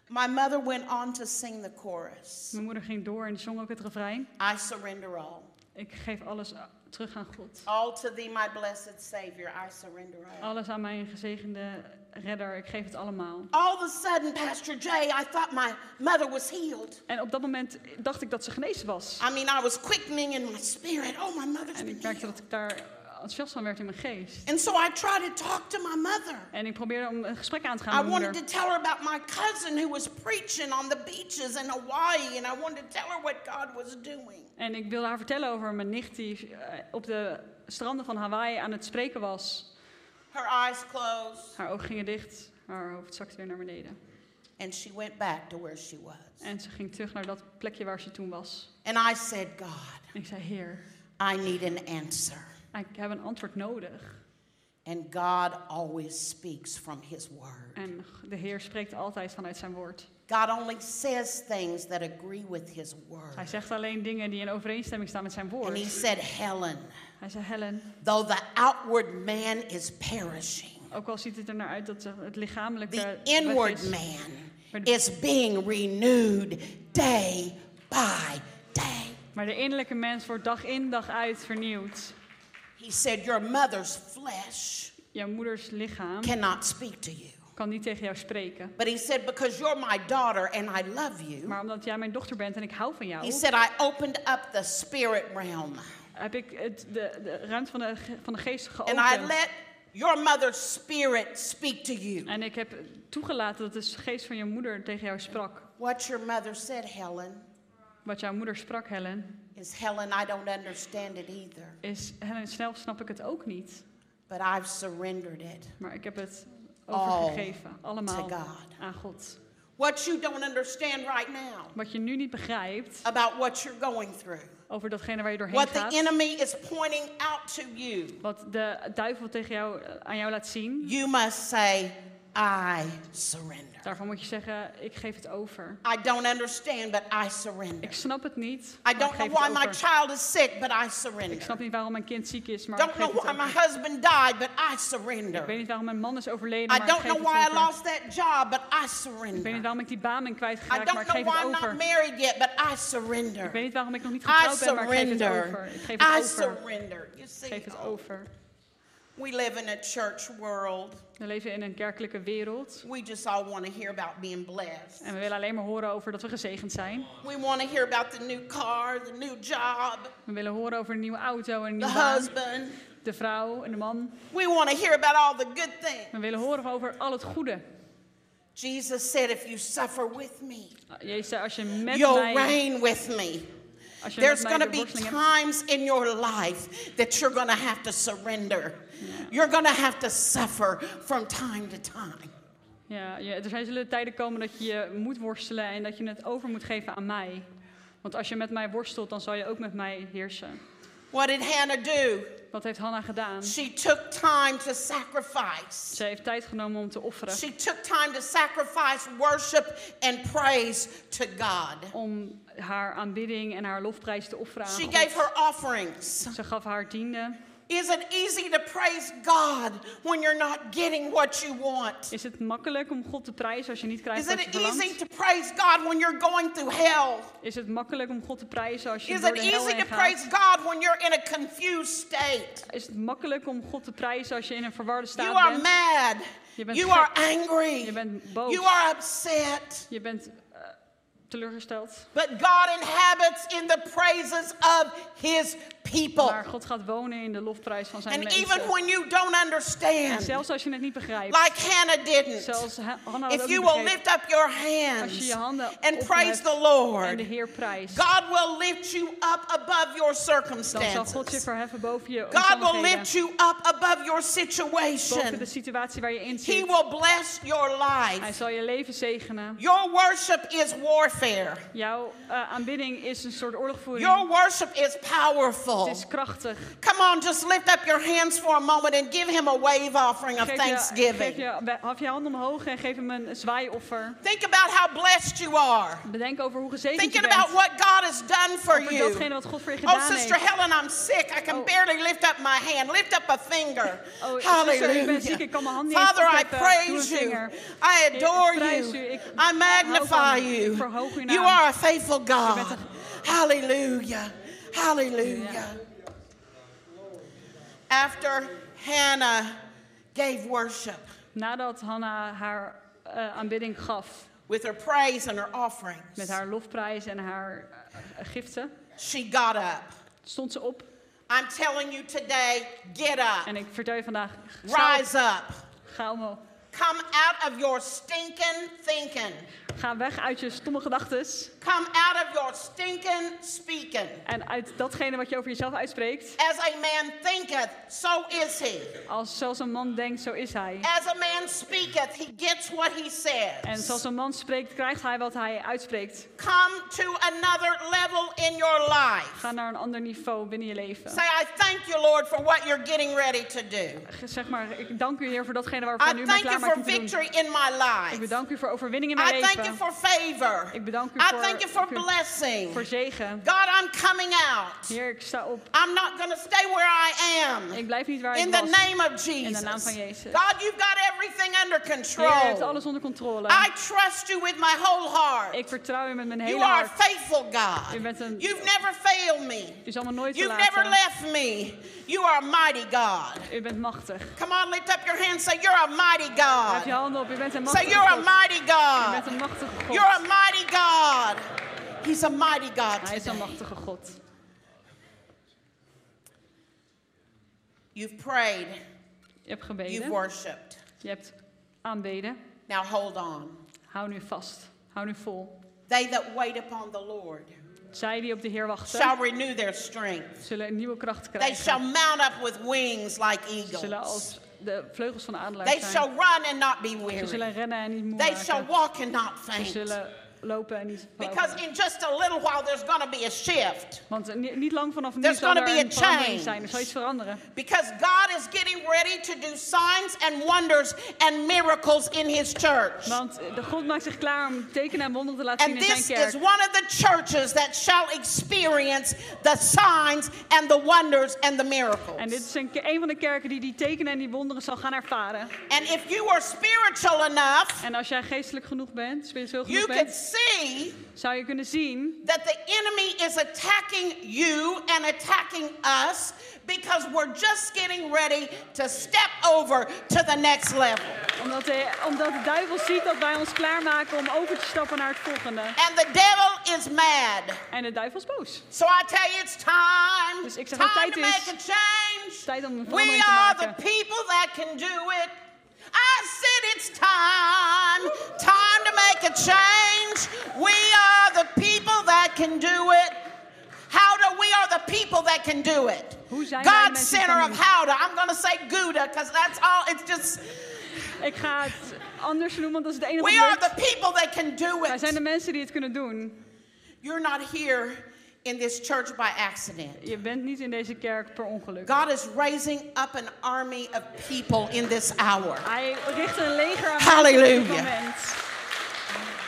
Speaker 1: My mother went on to sing the chorus
Speaker 2: Mijn moeder ging door en zong ook het refrein.
Speaker 1: I surrender all.
Speaker 2: Ik geef alles a- terug aan God.
Speaker 1: All to Thee, my blessed Savior, I surrender all.
Speaker 2: Alles aan mijn gezegende redder. Ik geef het allemaal.
Speaker 1: All of a sudden, Pastor Jay, I thought my mother was healed.
Speaker 2: En op dat moment dacht ik dat ze genezen was.
Speaker 1: I mean, I was quickening in my spirit. Oh, my mother's
Speaker 2: En
Speaker 1: been
Speaker 2: ik merkte
Speaker 1: healed.
Speaker 2: dat ik daar enthousiast van werd in mijn geest.
Speaker 1: And so I tried to talk to my mother.
Speaker 2: En ik probeerde om een gesprek aan te gaan
Speaker 1: I
Speaker 2: met mijn
Speaker 1: wanted to
Speaker 2: moeder.
Speaker 1: tell her about my cousin who was preaching on the beaches in Hawaii, and I wanted to tell her what God was doing.
Speaker 2: En ik wilde haar vertellen over mijn nicht die eh, op de stranden van Hawaii aan het spreken was.
Speaker 1: Her eyes closed,
Speaker 2: Haar ogen gingen dicht, haar hoofd zakte weer naar beneden.
Speaker 1: and she went back to where she was.
Speaker 2: En ze ging terug naar dat plekje waar ze toen was.
Speaker 1: And I said, God,
Speaker 2: En ik zei, Heer,
Speaker 1: I need an answer.
Speaker 2: ik heb een antwoord nodig.
Speaker 1: And God always speaks from His Word.
Speaker 2: En de Heer spreekt altijd vanuit zijn woord.
Speaker 1: God only says things that agree with His
Speaker 2: Hij
Speaker 1: Word.
Speaker 2: zegt alleen dingen die in overeenstemming staan met zijn
Speaker 1: And He
Speaker 2: woord.
Speaker 1: said, Helen,
Speaker 2: Hij zei, Helen,
Speaker 1: though the outward man is perishing,
Speaker 2: ook al ziet het er naar uit dat het lichamelijke
Speaker 1: The
Speaker 2: weg
Speaker 1: inward
Speaker 2: is,
Speaker 1: man
Speaker 2: But-
Speaker 1: is being renewed day by day.
Speaker 2: Maar de innerlijke mens wordt dag in dag uit vernieuwd.
Speaker 1: He said, Your mother's flesh
Speaker 2: Jouw moeders lichaam
Speaker 1: cannot speak to you.
Speaker 2: kan niet tegen jou spreken.
Speaker 1: But he said, Because you're my daughter and I love you,
Speaker 2: Maar omdat jij mijn dochter bent en ik hou van jou,
Speaker 1: he said, I opened up the spirit realm
Speaker 2: heb ik het, de, de ruimte van de, ge- van de geest
Speaker 1: and I
Speaker 2: geopend.
Speaker 1: let your mother's spirit speak to you.
Speaker 2: En ik heb toegelaten dat de geest van je moeder tegen jou sprak.
Speaker 1: What your mother said, Helen,
Speaker 2: Wat jouw moeder sprak, Helen,
Speaker 1: is Helen, I don't understand it either,
Speaker 2: is Helen, zelf snap ik het ook niet.
Speaker 1: but I've surrendered it
Speaker 2: Maar ik heb het
Speaker 1: All
Speaker 2: overgegeven,
Speaker 1: Oh, to
Speaker 2: allemaal
Speaker 1: God.
Speaker 2: aan God.
Speaker 1: What you don't understand right now
Speaker 2: Wat je nu niet begrijpt
Speaker 1: about what you're going through.
Speaker 2: over datgene waar je doorheen
Speaker 1: What the
Speaker 2: gaat.
Speaker 1: enemy is pointing out to you.
Speaker 2: Wat de duivel tegen jou, eh, aan jou laat zien.
Speaker 1: You must say, I surrender.
Speaker 2: Daarvan moet je zeggen, ik geef het over.
Speaker 1: I don't understand, but I surrender.
Speaker 2: Ik snap het niet,
Speaker 1: I
Speaker 2: maar ik
Speaker 1: don't know
Speaker 2: geef
Speaker 1: why
Speaker 2: het
Speaker 1: my
Speaker 2: over.
Speaker 1: child is sick, but I
Speaker 2: Ik
Speaker 1: surrender.
Speaker 2: snap niet waarom mijn kind ziek is, maar ik
Speaker 1: Don't know
Speaker 2: geef het
Speaker 1: why my
Speaker 2: over.
Speaker 1: husband died, but I
Speaker 2: Ik weet
Speaker 1: surrender.
Speaker 2: niet waarom mijn man is overleden,
Speaker 1: I
Speaker 2: maar ik
Speaker 1: don't
Speaker 2: geef
Speaker 1: know
Speaker 2: het
Speaker 1: why I
Speaker 2: over.
Speaker 1: lost that job, but I
Speaker 2: Ik weet niet
Speaker 1: surrender.
Speaker 2: waarom ik die baan ben
Speaker 1: I
Speaker 2: kwijtgeraakt, maar
Speaker 1: don't
Speaker 2: ik
Speaker 1: know
Speaker 2: geef
Speaker 1: why
Speaker 2: het
Speaker 1: I'm not
Speaker 2: over.
Speaker 1: married yet, but I
Speaker 2: Ik weet
Speaker 1: surrender.
Speaker 2: niet waarom ik nog niet
Speaker 1: I
Speaker 2: getrouwd ben, maar ik geef het over.
Speaker 1: surrender.
Speaker 2: Ik geef
Speaker 1: I
Speaker 2: het over.
Speaker 1: surrender. You see,
Speaker 2: Ik geef het
Speaker 1: oh,
Speaker 2: over.
Speaker 1: we live in a church world.
Speaker 2: We leven in een kerkelijke wereld
Speaker 1: We just all want to hear about being blessed.
Speaker 2: en we willen alleen maar horen over dat we gezegend zijn.
Speaker 1: We want to hear about the new car, the new job,
Speaker 2: We willen horen over een nieuwe auto, een
Speaker 1: the
Speaker 2: nieuwe baan,
Speaker 1: husband.
Speaker 2: de vrouw en de man.
Speaker 1: We want to hear about all the good things.
Speaker 2: We willen horen over al het goede.
Speaker 1: Jesus said, if you suffer with me,
Speaker 2: Jezus, zei, als je met
Speaker 1: you'll
Speaker 2: mij,
Speaker 1: reign with me.
Speaker 2: als je met
Speaker 1: There's
Speaker 2: mij
Speaker 1: going to
Speaker 2: de
Speaker 1: be
Speaker 2: worsteling hebt,
Speaker 1: times in your life that you're going to have to surrender. You're going to have to suffer from time to time.
Speaker 2: Ja, je- er zijn zullen tijden komen dat je je moet worstelen en dat je het over moet geven aan mij. Want als je met mij worstelt, dan zal je ook met mij heersen.
Speaker 1: What did Hannah do?
Speaker 2: Wat heeft Hanna gedaan?
Speaker 1: She took time to sacrifice.
Speaker 2: Ze heeft tijd genomen om te offeren.
Speaker 1: She took time to sacrifice worship and praise to God.
Speaker 2: Om haar aanbidding en haar lofprijs te offeren aan
Speaker 1: She
Speaker 2: God.
Speaker 1: gave her offerings.
Speaker 2: Ze gaf haar tiende.
Speaker 1: Is it easy to praise God when you're not getting what you want?
Speaker 2: Is het makkelijk om God te prijzen als je niet krijgt
Speaker 1: Is
Speaker 2: wat je
Speaker 1: it easy
Speaker 2: verlangt?
Speaker 1: to praise God when you're going through hell?
Speaker 2: Is het makkelijk om God te prijzen als je
Speaker 1: Is
Speaker 2: door
Speaker 1: it
Speaker 2: de hel
Speaker 1: easy
Speaker 2: heen
Speaker 1: to praise
Speaker 2: gaat?
Speaker 1: God when you're in a confused state?
Speaker 2: Is het makkelijk om God te prijzen als je in een verwarde
Speaker 1: You
Speaker 2: staat
Speaker 1: are
Speaker 2: bent?
Speaker 1: mad.
Speaker 2: Je bent
Speaker 1: You
Speaker 2: gek.
Speaker 1: are angry.
Speaker 2: Je bent boos.
Speaker 1: You are upset.
Speaker 2: Je bent eh, teleurgesteld.
Speaker 1: But God inhabits in the praises of his people.
Speaker 2: Maar God gaat wonen in de lofprijs van zijn
Speaker 1: And Oh. even
Speaker 2: mensen.
Speaker 1: when you don't
Speaker 2: En
Speaker 1: understand,
Speaker 2: zelfs als je het niet begrijpt.
Speaker 1: like Hannah didn't,
Speaker 2: zelfs Ha- Hanna had ook
Speaker 1: if you
Speaker 2: niet
Speaker 1: will
Speaker 2: begrepen.
Speaker 1: lift up your
Speaker 2: Als je
Speaker 1: hands
Speaker 2: je handen
Speaker 1: and praise
Speaker 2: opheft
Speaker 1: the
Speaker 2: en de
Speaker 1: Lord,
Speaker 2: Heer prijst.
Speaker 1: God will lift you up above your
Speaker 2: Dan zal God je
Speaker 1: circumstances.
Speaker 2: verheffen boven je
Speaker 1: God will lift
Speaker 2: omstandigheden.
Speaker 1: you up above your
Speaker 2: Boven de
Speaker 1: situation.
Speaker 2: situatie waar je in
Speaker 1: He
Speaker 2: zit.
Speaker 1: will bless your
Speaker 2: Hij
Speaker 1: life.
Speaker 2: zal je leven zegenen.
Speaker 1: Your worship is warfare.
Speaker 2: Jouw eh, aanbidding is een soort oorlogvoering.
Speaker 1: Your worship is powerful.
Speaker 2: Het is krachtig.
Speaker 1: Come on, just lift up your hands for a moment and give him a wave offering of
Speaker 2: je, geef
Speaker 1: thanksgiving.
Speaker 2: je, haf je hand omhoog en geef hem een zwaaioffer.
Speaker 1: Think about how blessed you are.
Speaker 2: Bedenk over hoe gezegend je
Speaker 1: Thinking
Speaker 2: bent.
Speaker 1: about what God has done for
Speaker 2: over datgene
Speaker 1: you.
Speaker 2: wat God voor je gedaan
Speaker 1: Oh, Sister
Speaker 2: heeft.
Speaker 1: Helen, I'm sick. I can
Speaker 2: Oh.
Speaker 1: barely lift up my hand. Lift up a finger.
Speaker 2: Oh, zuster, ik ben ziek.
Speaker 1: Hallelujah.
Speaker 2: Ik kan mijn hand niet eens
Speaker 1: Father, I
Speaker 2: opheffen. Doe een
Speaker 1: praise you.
Speaker 2: vinger.
Speaker 1: I
Speaker 2: Ik
Speaker 1: adore
Speaker 2: prijs u.
Speaker 1: you.
Speaker 2: Ik
Speaker 1: I
Speaker 2: hou
Speaker 1: magnify
Speaker 2: van u. Ik
Speaker 1: you.
Speaker 2: verhoog uw
Speaker 1: You
Speaker 2: naam.
Speaker 1: are a faithful
Speaker 2: bent
Speaker 1: God.
Speaker 2: een-
Speaker 1: Hallelujah. Hallelujah. After Hannah gave worship
Speaker 2: Nadat Hanna haar eh, aanbidding gaf
Speaker 1: with her praise and her
Speaker 2: met
Speaker 1: offerings,
Speaker 2: haar lofprijs en haar eh, giften,
Speaker 1: she got up.
Speaker 2: stond ze op.
Speaker 1: I'm telling you today, get up.
Speaker 2: En ik vertel je vandaag, sta op,
Speaker 1: Rise up.
Speaker 2: ga omhoog.
Speaker 1: Come out of your stinking thinking.
Speaker 2: Ga weg uit je stomme gedachten
Speaker 1: Come out of your stinking speaking.
Speaker 2: en uit datgene wat je over jezelf uitspreekt.
Speaker 1: As a man thinketh, so is he.
Speaker 2: Als zelfs een man denkt, zo is hij.
Speaker 1: As a man speaketh, he gets what he
Speaker 2: En zoals
Speaker 1: says.
Speaker 2: een man spreekt, krijgt hij wat hij uitspreekt.
Speaker 1: Come to another level in your life.
Speaker 2: Ga naar een ander niveau binnen je leven.
Speaker 1: Say, I thank you, Lord, for what you're getting ready to do.
Speaker 2: Zeg maar, ik dank u Heer voor datgene waarvoor
Speaker 1: I
Speaker 2: u mij
Speaker 1: thank you
Speaker 2: klaar
Speaker 1: for
Speaker 2: maakt om te doen.
Speaker 1: victory in my
Speaker 2: Ik
Speaker 1: life.
Speaker 2: bedank u voor overwinning in mijn
Speaker 1: I thank you
Speaker 2: leven.
Speaker 1: for favor.
Speaker 2: Ik bedank u
Speaker 1: I
Speaker 2: voor-
Speaker 1: thank you for
Speaker 2: voor-
Speaker 1: blessing.
Speaker 2: Voor zegen.
Speaker 1: God, I'm coming out.
Speaker 2: Heer, ik sta op.
Speaker 1: I'm not going to stay where I am.
Speaker 2: Ik blijf niet waar
Speaker 1: In
Speaker 2: ik
Speaker 1: the
Speaker 2: was.
Speaker 1: name of
Speaker 2: In
Speaker 1: Jesus.
Speaker 2: de naam van Jezus.
Speaker 1: God, you've got everything under
Speaker 2: Heer, u hebt
Speaker 1: control.
Speaker 2: alles onder controle.
Speaker 1: I trust you with my whole heart.
Speaker 2: Ik vertrouw u met mijn
Speaker 1: You
Speaker 2: hele
Speaker 1: are a
Speaker 2: hart.
Speaker 1: faithful God.
Speaker 2: U bent een-
Speaker 1: You've never failed me.
Speaker 2: U zal me nooit
Speaker 1: You've never
Speaker 2: verlaten.
Speaker 1: left me. You are a mighty God.
Speaker 2: U bent machtig.
Speaker 1: Come on, lift up your hands. Say, You're a mighty
Speaker 2: Hef
Speaker 1: God.
Speaker 2: je handen op. U bent een
Speaker 1: Say,
Speaker 2: machtige
Speaker 1: Ah. You're a
Speaker 2: God.
Speaker 1: mighty
Speaker 2: U bent
Speaker 1: God.
Speaker 2: een machtige
Speaker 1: You're a
Speaker 2: God.
Speaker 1: mighty God. He's a mighty God
Speaker 2: Hij is een
Speaker 1: today.
Speaker 2: machtige God.
Speaker 1: You've prayed.
Speaker 2: Je hebt
Speaker 1: You've
Speaker 2: gebeden.
Speaker 1: worshiped.
Speaker 2: Je hebt aanbeden.
Speaker 1: Now hold on.
Speaker 2: Hou nu vast. Hou nu vol.
Speaker 1: They that wait upon the Lord
Speaker 2: Zij die op de Heer
Speaker 1: shall
Speaker 2: wachten,
Speaker 1: renew their strength.
Speaker 2: zullen een nieuwe kracht
Speaker 1: They shall
Speaker 2: krijgen.
Speaker 1: mount up with wings like
Speaker 2: Ze zullen
Speaker 1: eagles.
Speaker 2: als de vleugels van de adelaar
Speaker 1: They
Speaker 2: zijn.
Speaker 1: shall run and not be
Speaker 2: Ze
Speaker 1: weary.
Speaker 2: zullen rennen en niet moe
Speaker 1: They shall
Speaker 2: raken.
Speaker 1: walk and not
Speaker 2: Ze
Speaker 1: faint.
Speaker 2: zullen lopen en niet
Speaker 1: Because
Speaker 2: verlopen.
Speaker 1: in just a little while, there's going to be a shift.
Speaker 2: Want eh, ni- niet lang vanaf nu
Speaker 1: There's
Speaker 2: zal
Speaker 1: gonna be
Speaker 2: er
Speaker 1: a
Speaker 2: een verandering
Speaker 1: change.
Speaker 2: zijn. Er zal iets veranderen.
Speaker 1: Because God is getting ready to do signs and wonders and miracles in His church.
Speaker 2: Want eh, de God maakt zich klaar om tekenen en wonderen te laten
Speaker 1: And
Speaker 2: zien in
Speaker 1: this
Speaker 2: zijn
Speaker 1: is dus
Speaker 2: kerk.
Speaker 1: one of the churches that shall experience the signs and the wonders and the miracles.
Speaker 2: En dit is een, ke- een van de kerken die die tekenen en die wonderen zal gaan ervaren.
Speaker 1: And if you are spiritual enough,
Speaker 2: En als jij geestelijk genoeg bent, spiritueel genoeg
Speaker 1: you can
Speaker 2: bent,
Speaker 1: see
Speaker 2: zou je kunnen zien
Speaker 1: that the enemy is attacking you and attacking us because we're just getting ready to step over to the next level.
Speaker 2: Omdat de, omdat de duivel ziet dat wij ons klaarmaken om over te stappen naar het volgende.
Speaker 1: And the devil is mad.
Speaker 2: En de duivel is boos.
Speaker 1: So I tell you, it's time.
Speaker 2: Dus ik zeg,
Speaker 1: time
Speaker 2: tijd
Speaker 1: to
Speaker 2: is.
Speaker 1: make a change.
Speaker 2: Tijd om een
Speaker 1: We
Speaker 2: verandering te
Speaker 1: are the
Speaker 2: maken.
Speaker 1: people that can do it. I said it's time. Time to make a change. We are the people that can do it. Howda, we are the people that can do it.
Speaker 2: Hoe zijn wij
Speaker 1: God
Speaker 2: mensen
Speaker 1: center
Speaker 2: van
Speaker 1: of
Speaker 2: u?
Speaker 1: Howda. I'm going to say Gouda because that's all. It's just,
Speaker 2: Ik ga het anders noemen, want dat is het enige
Speaker 1: we
Speaker 2: wat
Speaker 1: are
Speaker 2: lukt.
Speaker 1: the people that can do
Speaker 2: Wij zijn de
Speaker 1: it.
Speaker 2: mensen die het kunnen doen.
Speaker 1: You're not here in this church by accident.
Speaker 2: Je bent niet in deze kerk per ongeluk.
Speaker 1: God is raising up an army of people in this hour.
Speaker 2: Hij richt een leger aan
Speaker 1: Halleluja.
Speaker 2: mensen op dit moment.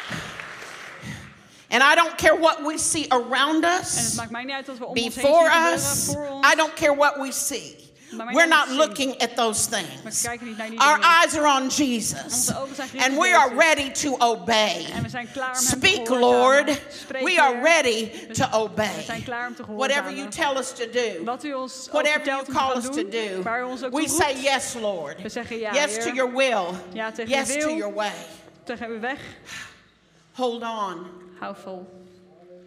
Speaker 1: And I don't care what we see around
Speaker 2: En het
Speaker 1: us,
Speaker 2: maakt mij niet uit wat we om ons
Speaker 1: before
Speaker 2: heen zien gebeuren,
Speaker 1: us,
Speaker 2: voor ons.
Speaker 1: I don't care what we see.
Speaker 2: Maar wij
Speaker 1: We're not
Speaker 2: gaan zien.
Speaker 1: looking at those
Speaker 2: Maar
Speaker 1: things.
Speaker 2: we kijken niet naar die
Speaker 1: Our
Speaker 2: dingen.
Speaker 1: eyes are on Jesus,
Speaker 2: Onze ogen zijn gericht
Speaker 1: and
Speaker 2: op
Speaker 1: we are
Speaker 2: Jezus.
Speaker 1: ready to obey.
Speaker 2: En we zijn klaar om hem te
Speaker 1: Speak,
Speaker 2: gehoorzamen.
Speaker 1: Lord.
Speaker 2: Spreek,
Speaker 1: We
Speaker 2: Heer.
Speaker 1: are ready to
Speaker 2: We zijn
Speaker 1: obey.
Speaker 2: klaar om te gehoorzamen.
Speaker 1: Whatever you tell us to do,
Speaker 2: Wat u ons ook
Speaker 1: whatever you
Speaker 2: vertelt om te
Speaker 1: call
Speaker 2: gaan
Speaker 1: us to
Speaker 2: doen,
Speaker 1: do,
Speaker 2: waar u ons ook
Speaker 1: we
Speaker 2: toe roept,
Speaker 1: say yes, Lord.
Speaker 2: We zeggen ja,
Speaker 1: Yes to
Speaker 2: Heer.
Speaker 1: your will.
Speaker 2: Ja, tegen
Speaker 1: Yes
Speaker 2: uw
Speaker 1: to
Speaker 2: wil.
Speaker 1: your way.
Speaker 2: tegen u weg.
Speaker 1: Hold on.
Speaker 2: Hou vol.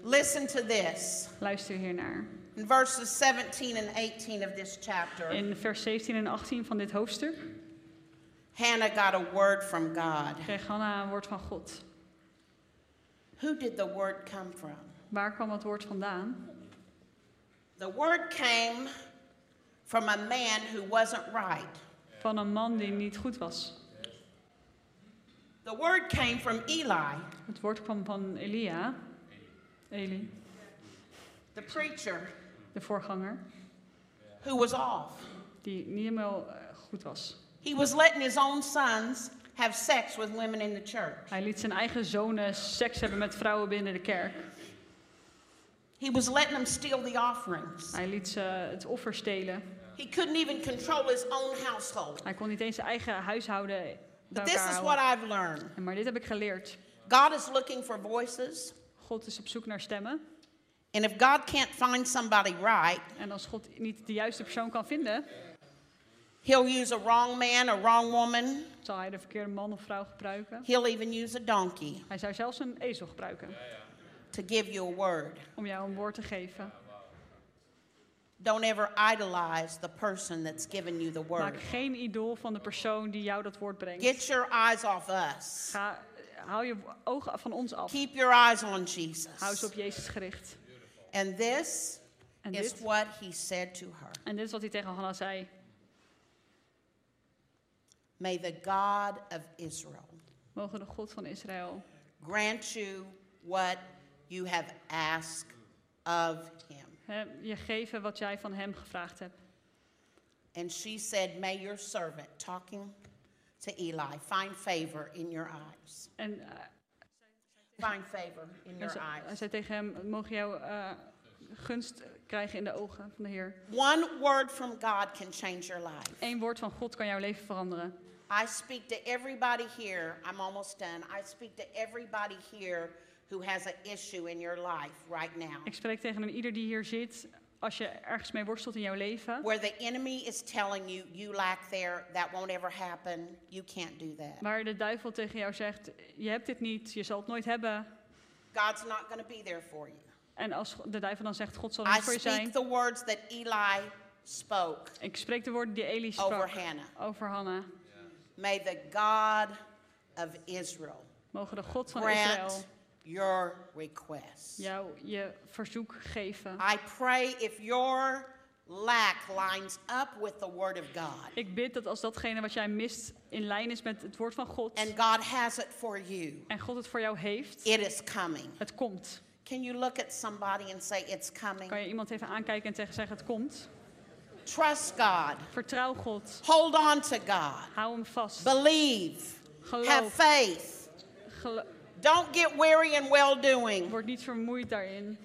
Speaker 1: Listen to this.
Speaker 2: Luister hiernaar.
Speaker 1: In verses 17 and 18 of this chapter,
Speaker 2: In vers 17 en 18 van dit hoofdstuk
Speaker 1: Hannah got a word from God.
Speaker 2: kreeg Hanna een woord van God.
Speaker 1: Who did the word come from?
Speaker 2: Waar kwam dat woord vandaan?
Speaker 1: The word came from a man who wasn't right.
Speaker 2: Van een man die niet goed was.
Speaker 1: The word came from Eli,
Speaker 2: Het woord kwam van Elia, Eli,
Speaker 1: the preacher
Speaker 2: de voorganger,
Speaker 1: who was off.
Speaker 2: die niet helemaal eh, goed was.
Speaker 1: He was letting his own sons have sex with women in the church.
Speaker 2: Hij liet zijn eigen zonen seks hebben met vrouwen binnen de kerk.
Speaker 1: He was letting them steal the offerings.
Speaker 2: Hij liet ze het offer stelen.
Speaker 1: He couldn't even control his own household.
Speaker 2: Hij kon niet eens zijn eigen huishouden bij
Speaker 1: But this
Speaker 2: elkaar
Speaker 1: is what
Speaker 2: houden.
Speaker 1: I've learned
Speaker 2: Maar dit heb ik geleerd.
Speaker 1: God is looking for voices.
Speaker 2: God is op zoek naar stemmen.
Speaker 1: And if God can't find somebody right,
Speaker 2: En als God niet de juiste persoon kan vinden,
Speaker 1: He'll use a wrong man, a wrong woman.
Speaker 2: zal hij de verkeerde man of vrouw gebruiken.
Speaker 1: He'll even use a donkey
Speaker 2: Hij zou zelfs een ezel gebruiken
Speaker 1: to give you a word.
Speaker 2: om jou een woord te geven.
Speaker 1: Don't ever idolize the person that's given you the word.
Speaker 2: Maak geen idool van de persoon die jou dat woord brengt.
Speaker 1: Get your eyes off us.
Speaker 2: Ga, hou je ogen van ons af.
Speaker 1: Keep your eyes on
Speaker 2: Hou ze
Speaker 1: Jesus.
Speaker 2: op Jezus gericht.
Speaker 1: And this
Speaker 2: En
Speaker 1: is
Speaker 2: dit,
Speaker 1: what he said to her.
Speaker 2: en dit is wat hij tegen Hanna zei.
Speaker 1: May the God of Israel
Speaker 2: Mogen de God van Israël
Speaker 1: grant you what you have asked of him.
Speaker 2: hè, je geven wat jij van hem gevraagd hebt.
Speaker 1: And she said, May your servant, talking to Eli, find favor in your eyes.
Speaker 2: En eh,
Speaker 1: Find favor in
Speaker 2: hij
Speaker 1: your
Speaker 2: zei- hij
Speaker 1: eyes.
Speaker 2: zei tegen hem, mogen jou eh, gunst krijgen in de ogen van de Heer.
Speaker 1: One word from God can change your life.
Speaker 2: Eén woord van God kan jouw leven veranderen.
Speaker 1: I speak to everybody here. I'm almost done. I speak to everybody here who has an issue in your life right now
Speaker 2: Ik spreek tegen een ieder die hier zit. Als je ergens mee worstelt in jouw leven,
Speaker 1: where the enemy is telling you, you lack there, that won't ever happen, you can't do that.
Speaker 2: waar de duivel tegen jou zegt: Je hebt dit niet, je zal het nooit hebben.
Speaker 1: God's not going to be there for you.
Speaker 2: En als de duivel dan zegt: God zal er
Speaker 1: I
Speaker 2: niet voor je
Speaker 1: speak
Speaker 2: zijn.
Speaker 1: the words that Eli spoke
Speaker 2: Ik spreek de woorden die Eli
Speaker 1: over
Speaker 2: sprak
Speaker 1: Hannah.
Speaker 2: over Hanna.
Speaker 1: May the God of Israël
Speaker 2: Mogen de God van Israël
Speaker 1: grant your request.
Speaker 2: jou je verzoek geven.
Speaker 1: I pray if your lack lines up with the Word of God.
Speaker 2: Ik bid dat als datgene wat jij mist in lijn is met het woord van God
Speaker 1: And God has it for you.
Speaker 2: en God het voor jou heeft,
Speaker 1: It is coming.
Speaker 2: het komt.
Speaker 1: Can you look at somebody and say, It's coming?
Speaker 2: Kan je iemand even aankijken en tegen zeggen het komt?
Speaker 1: Trust God.
Speaker 2: Vertrouw God.
Speaker 1: Hold on to God.
Speaker 2: Hou hem vast.
Speaker 1: Believe. Have
Speaker 2: Geloof.
Speaker 1: faith.
Speaker 2: Gelo-
Speaker 1: Don't get weary in well doing.
Speaker 2: Word niet vermoeid daarin.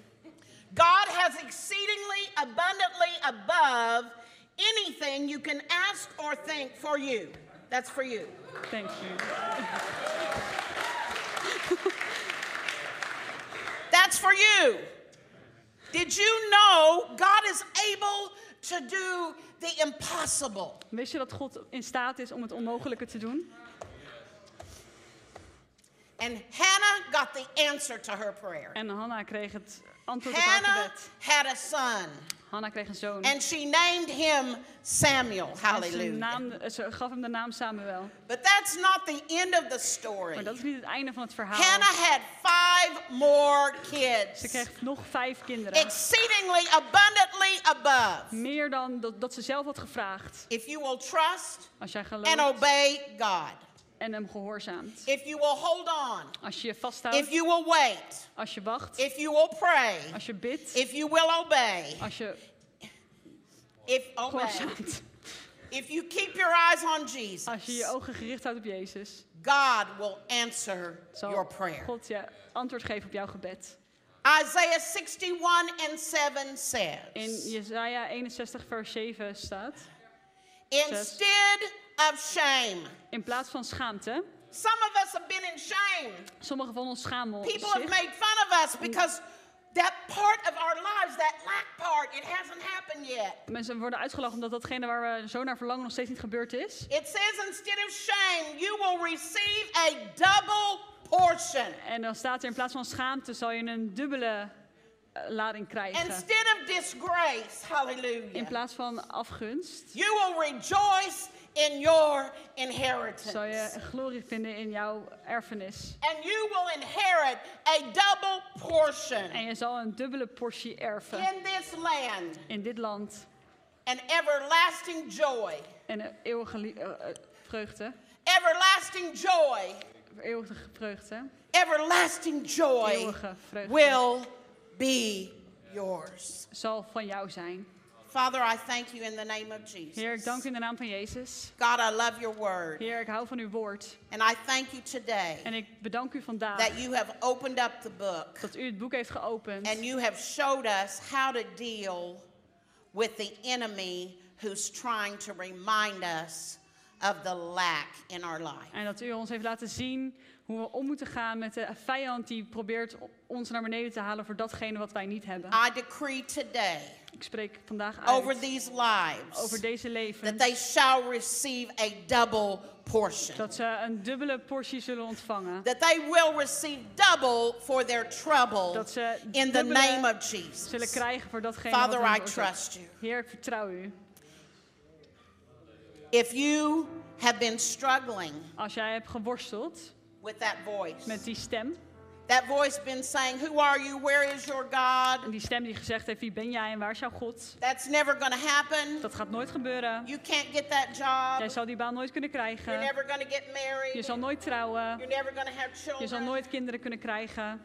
Speaker 1: God has exceedingly abundantly above anything you can ask or think for you. That's for you.
Speaker 2: Thank you.
Speaker 1: That's for you. Did you know God is able to do the impossible?
Speaker 2: Wist je dat God in staat is om het onmogelijke te doen?
Speaker 1: And Hannah got the answer to her prayer.
Speaker 2: En Hanna kreeg het antwoord op haar
Speaker 1: Hannah
Speaker 2: gebed.
Speaker 1: had a son,
Speaker 2: Hanna kreeg een zoon.
Speaker 1: and she named him Samuel.
Speaker 2: En ze,
Speaker 1: Hallelujah.
Speaker 2: naam, ze gaf hem de naam Samuel.
Speaker 1: But that's not the end of the story.
Speaker 2: Maar dat is niet het einde van het verhaal.
Speaker 1: Hannah had five more
Speaker 2: Ze
Speaker 1: kids,
Speaker 2: kreeg nog vijf kinderen.
Speaker 1: exceedingly abundantly above.
Speaker 2: Meer dan dat, dat ze zelf had gevraagd.
Speaker 1: If you will trust
Speaker 2: Als jij
Speaker 1: and
Speaker 2: gelooft
Speaker 1: obey God,
Speaker 2: en hem gehoorzaamt.
Speaker 1: if you will hold on,
Speaker 2: Als je je
Speaker 1: if
Speaker 2: vasthoudt.
Speaker 1: you will wait,
Speaker 2: Als je wacht.
Speaker 1: if you will pray,
Speaker 2: Als je bidt.
Speaker 1: if you will obey,
Speaker 2: Als je
Speaker 1: if obey,
Speaker 2: gehoorzaamt.
Speaker 1: if you keep your eyes on
Speaker 2: Als je je
Speaker 1: Jesus,
Speaker 2: ogen gericht houdt op Jezus.
Speaker 1: God will answer your
Speaker 2: Zal
Speaker 1: prayer.
Speaker 2: God je antwoord geven op jouw gebed.
Speaker 1: Isaiah 61 and 7 says,
Speaker 2: In Jesaja 61 vers 7 staat.
Speaker 1: Instead of shame,
Speaker 2: In plaats van schaamte.
Speaker 1: some of us have been in shame.
Speaker 2: Sommigen van ons schamen ons.
Speaker 1: People have made fun of us because that part of our lives, that lack part, it hasn't happened yet.
Speaker 2: Mensen worden uitgelachen omdat datgene waar we zo naar verlangen nog steeds niet gebeurd is.
Speaker 1: It says, instead of shame, you will receive a double portion.
Speaker 2: En dan staat er in plaats van schaamte zal je een dubbele eh, lading krijgen.
Speaker 1: Instead of disgrace,
Speaker 2: In
Speaker 1: hallelujah,
Speaker 2: plaats van afgunst
Speaker 1: you will rejoice in your inheritance.
Speaker 2: zal je glorie vinden in jouw erfenis.
Speaker 1: And you will inherit a double portion
Speaker 2: En je zal een dubbele portie erven
Speaker 1: in this land,
Speaker 2: in dit land.
Speaker 1: an everlasting joy,
Speaker 2: En eh, eeuwige lie- eh, eh, vreugde.
Speaker 1: everlasting joy,
Speaker 2: Eeuwige vreugde.
Speaker 1: everlasting joy
Speaker 2: Eeuwige vreugde.
Speaker 1: will be yours.
Speaker 2: Zal van jou zijn.
Speaker 1: Father, I thank you in the name of
Speaker 2: Heer, ik dank
Speaker 1: Jesus.
Speaker 2: u in de naam van Jezus.
Speaker 1: God, I love your word.
Speaker 2: Heer, ik hou van uw woord.
Speaker 1: And I thank you today
Speaker 2: En ik bedank u vandaag
Speaker 1: that you have opened up the book
Speaker 2: dat u het boek heeft geopend.
Speaker 1: and you have showed us how to deal with the enemy who's trying to remind us of the lack in our life.
Speaker 2: En dat u ons heeft laten zien hoe we om moeten gaan met de vijand die probeert ons naar beneden te halen voor datgene wat wij niet hebben.
Speaker 1: I decree today
Speaker 2: Ik spreek vandaag uit
Speaker 1: over these
Speaker 2: over
Speaker 1: lives
Speaker 2: deze leven
Speaker 1: that they shall receive a double portion.
Speaker 2: dat ze een dubbele portie zullen ontvangen.
Speaker 1: that they will receive double for their trouble
Speaker 2: Dat ze
Speaker 1: in the
Speaker 2: dubbele
Speaker 1: name of
Speaker 2: Zullen
Speaker 1: Jesus.
Speaker 2: krijgen voor datgene
Speaker 1: Father,
Speaker 2: wat
Speaker 1: I
Speaker 2: we
Speaker 1: trust you.
Speaker 2: Heer, ik vertrouw u.
Speaker 1: If you have been struggling
Speaker 2: Als jij hebt geworsteld
Speaker 1: with that voice,
Speaker 2: met die stem,
Speaker 1: that voice been saying, Who are you? Where is your God?
Speaker 2: en die stem die gezegd heeft wie ben jij en waar is jouw God?
Speaker 1: That's never going to happen.
Speaker 2: Dat gaat nooit gebeuren.
Speaker 1: You can't get that job.
Speaker 2: Jij zal die baan nooit kunnen
Speaker 1: You're
Speaker 2: krijgen.
Speaker 1: never going to get
Speaker 2: Je
Speaker 1: married.
Speaker 2: zal nooit trouwen.
Speaker 1: You're never going to have
Speaker 2: Je zal
Speaker 1: children.
Speaker 2: nooit kinderen kunnen krijgen.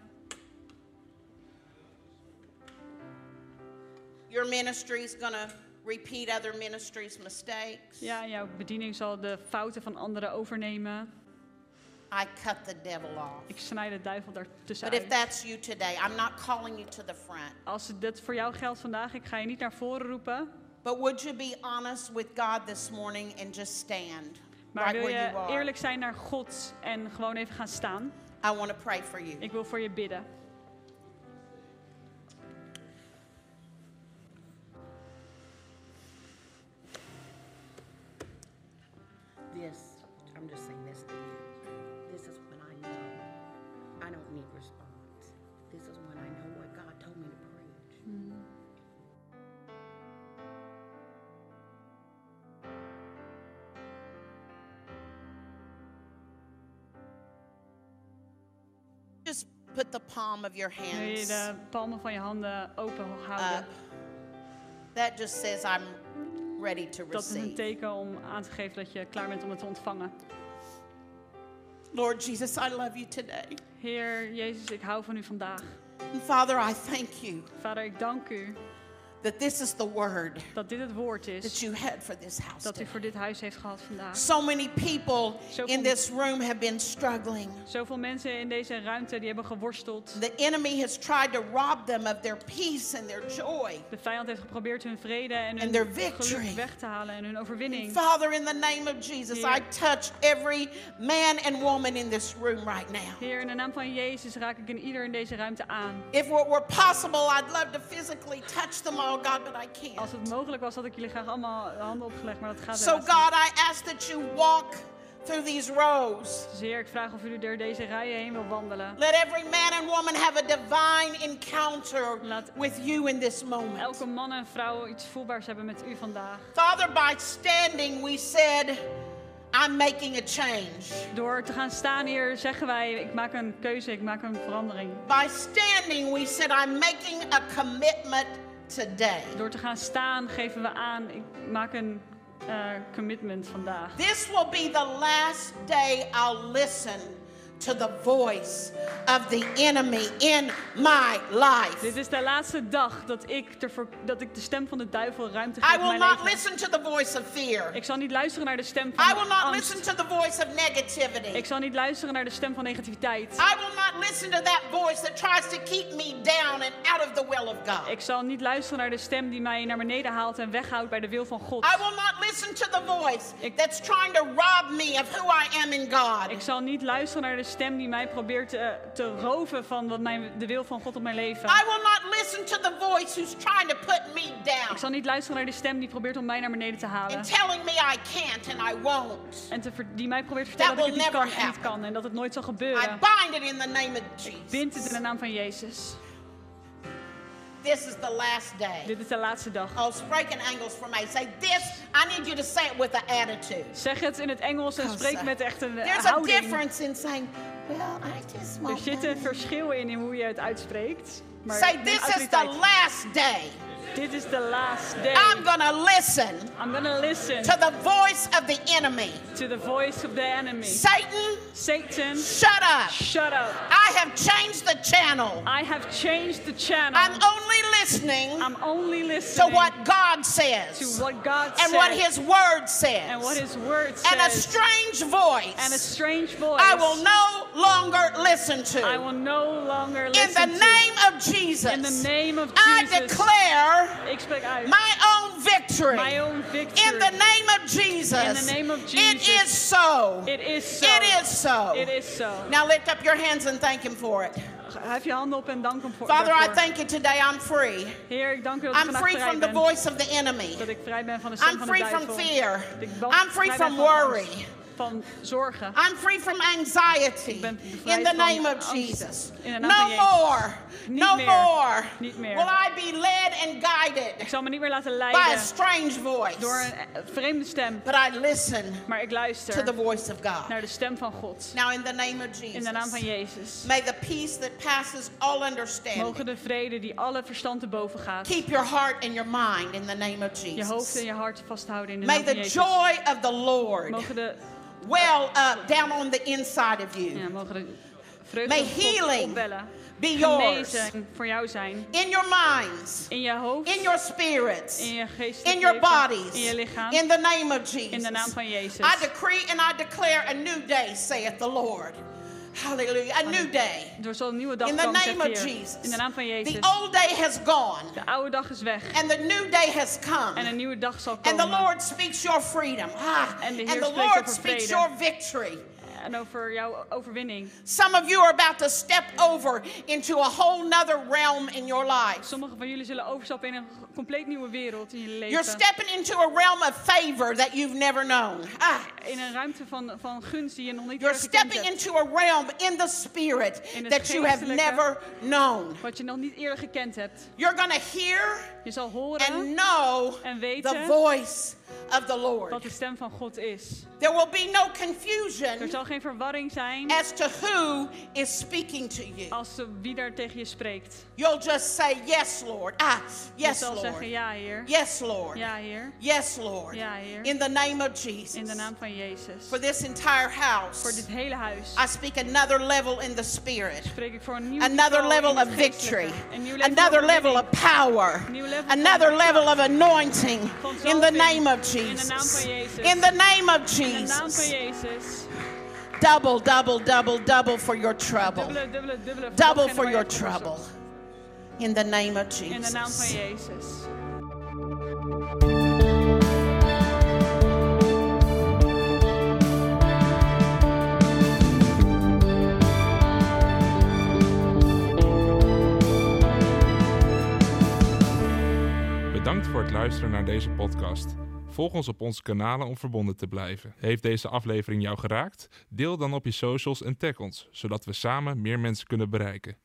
Speaker 1: Your ministry's going to repeat other ministries' mistakes.
Speaker 2: Ja, en jouw bediening zal de fouten van anderen overnemen.
Speaker 1: I cut the devil off.
Speaker 2: Ik snijd de duivel daartussen
Speaker 1: But if
Speaker 2: uit.
Speaker 1: that's you today, I'm not calling you to the front.
Speaker 2: Als dat voor jou geldt vandaag, ik ga je niet naar voren roepen.
Speaker 1: But would you be honest with God this morning and just stand
Speaker 2: Maar
Speaker 1: right
Speaker 2: wil
Speaker 1: where
Speaker 2: je
Speaker 1: you are?
Speaker 2: eerlijk zijn naar God en gewoon even gaan staan?
Speaker 1: I want to pray for you.
Speaker 2: Ik wil voor je bidden.
Speaker 1: This, I'm just saying this to you. This is when I know I don't need response. This is when I know what God told me to preach. Just put the palm of your
Speaker 2: Wil je
Speaker 1: hands Uh,
Speaker 2: de palmen van je handen open
Speaker 1: up.
Speaker 2: houden?
Speaker 1: That just says I'm ready to
Speaker 2: Dat is een
Speaker 1: receive.
Speaker 2: teken om aan te geven dat je klaar bent om het te ontvangen.
Speaker 1: Lord Jesus, I love you today.
Speaker 2: Heer Jezus, ik hou van u vandaag.
Speaker 1: And Father, I thank you
Speaker 2: Vader, ik dank u
Speaker 1: that this is the word
Speaker 2: dat dit het woord
Speaker 1: that
Speaker 2: is
Speaker 1: you had for this house.
Speaker 2: dat u
Speaker 1: today.
Speaker 2: voor dit huis heeft gehad vandaag.
Speaker 1: So many people
Speaker 2: Zo
Speaker 1: in
Speaker 2: veel-
Speaker 1: this room have been struggling.
Speaker 2: Zoveel mensen in deze ruimte die hebben geworsteld.
Speaker 1: The enemy has tried to rob them of their peace and their joy.
Speaker 2: De vijand heeft geprobeerd hun vrede en
Speaker 1: And their
Speaker 2: hun
Speaker 1: victory.
Speaker 2: geluk weg te halen en hun overwinning.
Speaker 1: Father, in the name of Jesus, I touch every man and woman in this room right now.
Speaker 2: Heer, in de naam van Jezus raak ik in ieder in deze ruimte aan.
Speaker 1: If it were possible, I'd love to physically touch them all, God, but I
Speaker 2: Als
Speaker 1: can't.
Speaker 2: het mogelijk was, had ik jullie graag allemaal de handen opgelegd, maar dat gaat
Speaker 1: So,
Speaker 2: helaas niet.
Speaker 1: God, I ask that you walk through these rows.
Speaker 2: Dus Heer, ik vraag of u door deze rijen heen wil wandelen.
Speaker 1: Let every man and woman have a divine encounter
Speaker 2: Laat-
Speaker 1: with you in this moment.
Speaker 2: Elke man en vrouw iets voelbaars hebben met u vandaag.
Speaker 1: Father, by standing, we said, I'm making a change.
Speaker 2: Door te gaan staan hier zeggen wij, ik maak een keuze, ik maak een verandering.
Speaker 1: By standing, we said, I'm making a commitment today.
Speaker 2: Door te gaan staan geven we aan, ik maak een eh, commitment vandaag.
Speaker 1: This will be the last day I'll listen to the voice of the enemy in my
Speaker 2: Dit
Speaker 1: life.
Speaker 2: is de laatste dag dat ik, de, dat ik de stem van de duivel ruimte geef
Speaker 1: I
Speaker 2: in
Speaker 1: will
Speaker 2: mijn
Speaker 1: not
Speaker 2: leven.
Speaker 1: listen to the voice of fear.
Speaker 2: Ik zal niet luisteren naar de stem van
Speaker 1: I will not
Speaker 2: angst.
Speaker 1: listen to the voice of
Speaker 2: Ik
Speaker 1: negativity.
Speaker 2: zal niet luisteren naar de stem van negativiteit.
Speaker 1: I will not listen to that voice that tries to keep me down and out of the will of God.
Speaker 2: Ik zal niet luisteren naar de stem die mij naar beneden haalt en weghoudt bij de wil van God.
Speaker 1: I will not listen to the voice
Speaker 2: Ik-
Speaker 1: that's trying to rob me of who I am in God.
Speaker 2: Ik zal niet luisteren naar de stem die mij probeert te, te roven van wat mijn, de wil van God op mijn leven.
Speaker 1: I will not listen to the voice who's trying to put me
Speaker 2: Ik
Speaker 1: down
Speaker 2: zal niet luisteren naar de stem die probeert om mij naar beneden te halen.
Speaker 1: and telling me I can't and I won't.
Speaker 2: En te ver- die mij probeert te vertellen
Speaker 1: That
Speaker 2: dat ik het
Speaker 1: will
Speaker 2: niet kan
Speaker 1: never
Speaker 2: en niet
Speaker 1: happen.
Speaker 2: kan. En dat het nooit zal
Speaker 1: I
Speaker 2: gebeuren.
Speaker 1: bind it in the name of
Speaker 2: Bind het in de
Speaker 1: Jesus.
Speaker 2: naam van Jezus.
Speaker 1: This is the last day.
Speaker 2: Dit is de laatste dag.
Speaker 1: Oh, breaking angles for me. Say this. I need you to say it with an attitude.
Speaker 2: Zeg het in het Engels en spreek met echt een eh,
Speaker 1: There's a
Speaker 2: houding.
Speaker 1: difference in saying, well, I just
Speaker 2: Er
Speaker 1: want.
Speaker 2: zitten
Speaker 1: to
Speaker 2: verschillen in, in hoe je het uitspreekt. Maar
Speaker 1: Say
Speaker 2: met
Speaker 1: this is the Ah.
Speaker 2: autoriteit.
Speaker 1: last day.
Speaker 2: Dit is de laatste day.
Speaker 1: I'm gonna listen
Speaker 2: I'm gonna listen
Speaker 1: to the voice of the enemy.
Speaker 2: to the voice of the enemy.
Speaker 1: Satan,
Speaker 2: Satan,
Speaker 1: shut up.
Speaker 2: shut up.
Speaker 1: I have changed the channel.
Speaker 2: I have changed the channel.
Speaker 1: I'm only listening
Speaker 2: I'm only
Speaker 1: to
Speaker 2: listening
Speaker 1: what God
Speaker 2: to
Speaker 1: says
Speaker 2: what God
Speaker 1: and
Speaker 2: says
Speaker 1: what His Word
Speaker 2: and what
Speaker 1: says.
Speaker 2: His Word
Speaker 1: And a
Speaker 2: says.
Speaker 1: strange
Speaker 2: and a
Speaker 1: voice
Speaker 2: strange voice
Speaker 1: I will no longer listen
Speaker 2: I
Speaker 1: to.
Speaker 2: will no longer
Speaker 1: In
Speaker 2: listen
Speaker 1: the name of Jesus,
Speaker 2: In the name of
Speaker 1: I
Speaker 2: Jesus.
Speaker 1: declare
Speaker 2: to. Ik spreek uit.
Speaker 1: my own victory.
Speaker 2: my own victory.
Speaker 1: In the name of Jesus,
Speaker 2: name of
Speaker 1: it
Speaker 2: Jesus.
Speaker 1: is so.
Speaker 2: It is so.
Speaker 1: It is so. Nou,
Speaker 2: It is so.
Speaker 1: Now lift up your hands and thank Him for it.
Speaker 2: Hef je handen op en dank hem voor.
Speaker 1: Father, I
Speaker 2: daarvoor.
Speaker 1: thank you today. I'm free.
Speaker 2: Heer, ik dank u dat ik
Speaker 1: I'm
Speaker 2: vandaag
Speaker 1: free
Speaker 2: vrij
Speaker 1: from the
Speaker 2: ben.
Speaker 1: voice of the enemy.
Speaker 2: Dat ik vrij ben van de stem
Speaker 1: I'm
Speaker 2: van
Speaker 1: free
Speaker 2: de
Speaker 1: from
Speaker 2: duivel.
Speaker 1: fear.
Speaker 2: Dat ik bo-
Speaker 1: I'm free
Speaker 2: vrij ben
Speaker 1: from
Speaker 2: van angst,
Speaker 1: worry.
Speaker 2: Van zorgen.
Speaker 1: I'm free from anxiety.
Speaker 2: Ik ben
Speaker 1: In
Speaker 2: bevrijd
Speaker 1: the
Speaker 2: van
Speaker 1: name of
Speaker 2: angst.
Speaker 1: Jesus.
Speaker 2: In de naam
Speaker 1: No
Speaker 2: van Jezus.
Speaker 1: more.
Speaker 2: Niet
Speaker 1: No
Speaker 2: meer.
Speaker 1: more.
Speaker 2: Niet meer.
Speaker 1: Will I be led and
Speaker 2: Ik
Speaker 1: guided
Speaker 2: zal me niet meer laten leiden
Speaker 1: by a strange
Speaker 2: door
Speaker 1: voice?
Speaker 2: een eh, vreemde stem.
Speaker 1: But I listen
Speaker 2: Maar ik
Speaker 1: to
Speaker 2: luister
Speaker 1: the voice of
Speaker 2: naar
Speaker 1: God.
Speaker 2: de stem van God.
Speaker 1: Now, in the name of
Speaker 2: In de naam van
Speaker 1: Jesus,
Speaker 2: Jezus.
Speaker 1: may the peace that passes all
Speaker 2: Mogen
Speaker 1: understanding
Speaker 2: de vrede die alle verstand te boven gaat.
Speaker 1: keep your heart and your mind in the name of
Speaker 2: je hoofd
Speaker 1: Jesus.
Speaker 2: en je hart vasthouden in de
Speaker 1: May
Speaker 2: naam van
Speaker 1: the
Speaker 2: Jezus.
Speaker 1: joy of the Lord
Speaker 2: Mogen de,
Speaker 1: well up down on the inside of you.
Speaker 2: ja, mogen de vreugde
Speaker 1: May
Speaker 2: van God
Speaker 1: healing
Speaker 2: opbellen.
Speaker 1: be yours.
Speaker 2: Genezing voor jou zijn.
Speaker 1: in your minds,
Speaker 2: In je hoofd.
Speaker 1: in your spirits,
Speaker 2: in je geest.
Speaker 1: in your bodies,
Speaker 2: In je lichaam.
Speaker 1: in the name of Jesus.
Speaker 2: in de naam van Jezus.
Speaker 1: I decree and I declare a new day, saith the Lord. Hallelujah. A new day.
Speaker 2: Er zal een nieuwe dag
Speaker 1: In the
Speaker 2: komen,
Speaker 1: name of
Speaker 2: zegt de Heer.
Speaker 1: Jesus.
Speaker 2: In de naam van Jezus.
Speaker 1: The old day has gone,
Speaker 2: de oude dag is weg.
Speaker 1: and the new day has come.
Speaker 2: En een nieuwe dag zal komen.
Speaker 1: And the Lord speaks your freedom. Ah,
Speaker 2: En de
Speaker 1: and
Speaker 2: Heer
Speaker 1: the
Speaker 2: spreekt
Speaker 1: Lord
Speaker 2: over
Speaker 1: speaks
Speaker 2: vrede.
Speaker 1: your victory.
Speaker 2: En over jouw overwinning.
Speaker 1: Some of you are about to step over into a whole nother realm in your life.
Speaker 2: Sommigen van jullie zullen overstappen in een compleet nieuwe wereld in jullie leven.
Speaker 1: You're stepping into a realm of favor that you've never known. Ah,
Speaker 2: in een ruimte van, van gunst die je nog niet
Speaker 1: You're
Speaker 2: eerder gekend
Speaker 1: stepping
Speaker 2: hebt.
Speaker 1: into a realm in the spirit
Speaker 2: In het
Speaker 1: that you have
Speaker 2: geestelijke.
Speaker 1: never known.
Speaker 2: Wat je nog niet eerder gekend hebt.
Speaker 1: You're going to hear
Speaker 2: Je zal horen
Speaker 1: and know
Speaker 2: en
Speaker 1: the
Speaker 2: weten
Speaker 1: voice of the
Speaker 2: wat de
Speaker 1: Lord.
Speaker 2: stem van God is.
Speaker 1: There will be no
Speaker 2: Er
Speaker 1: confusion
Speaker 2: zal geen verwarring zijn
Speaker 1: as to who is speaking to you.
Speaker 2: als de- wie daar tegen je spreekt.
Speaker 1: You'll just say, Yes, Lord. Ah,
Speaker 2: Je
Speaker 1: yes,
Speaker 2: zal zeggen,
Speaker 1: Lord.
Speaker 2: ja heer.
Speaker 1: Yes, Lord.
Speaker 2: Ja heer.
Speaker 1: Yes, Lord.
Speaker 2: Ja, Heer.
Speaker 1: In the name of Jesus.
Speaker 2: In de naam van Jezus.
Speaker 1: For this entire
Speaker 2: Voor dit
Speaker 1: house,
Speaker 2: hele huis
Speaker 1: I speak another level in the spirit.
Speaker 2: spreek ik voor een nieuw
Speaker 1: Another
Speaker 2: niveau in
Speaker 1: level
Speaker 2: het
Speaker 1: of victory.
Speaker 2: geestelijke. Een nieuw level
Speaker 1: Another
Speaker 2: van
Speaker 1: level
Speaker 2: overwinning.
Speaker 1: of power.
Speaker 2: Nieuw level van
Speaker 1: Another
Speaker 2: kracht.
Speaker 1: level of anointing.
Speaker 2: Van
Speaker 1: In the
Speaker 2: zalving.
Speaker 1: name of
Speaker 2: In de naam
Speaker 1: Jesus.
Speaker 2: van Jezus.
Speaker 1: In the name of
Speaker 2: In de naam
Speaker 1: Jesus.
Speaker 2: van Jezus.
Speaker 1: Double, double, double, double for your trouble.
Speaker 2: Dubbele, dubbele, dubbele.
Speaker 1: Double
Speaker 2: voor datgene
Speaker 1: for
Speaker 2: waar
Speaker 1: your
Speaker 2: je voor
Speaker 1: trouble.
Speaker 2: zoekt.
Speaker 1: In the name of Jesus.
Speaker 2: In de naam van Jezus.
Speaker 3: Bedankt voor het luisteren naar deze podcast. Volg ons op onze kanalen om verbonden te blijven. Heeft deze aflevering jou geraakt? Deel dan op je socials en tag ons, zodat we samen meer mensen kunnen bereiken.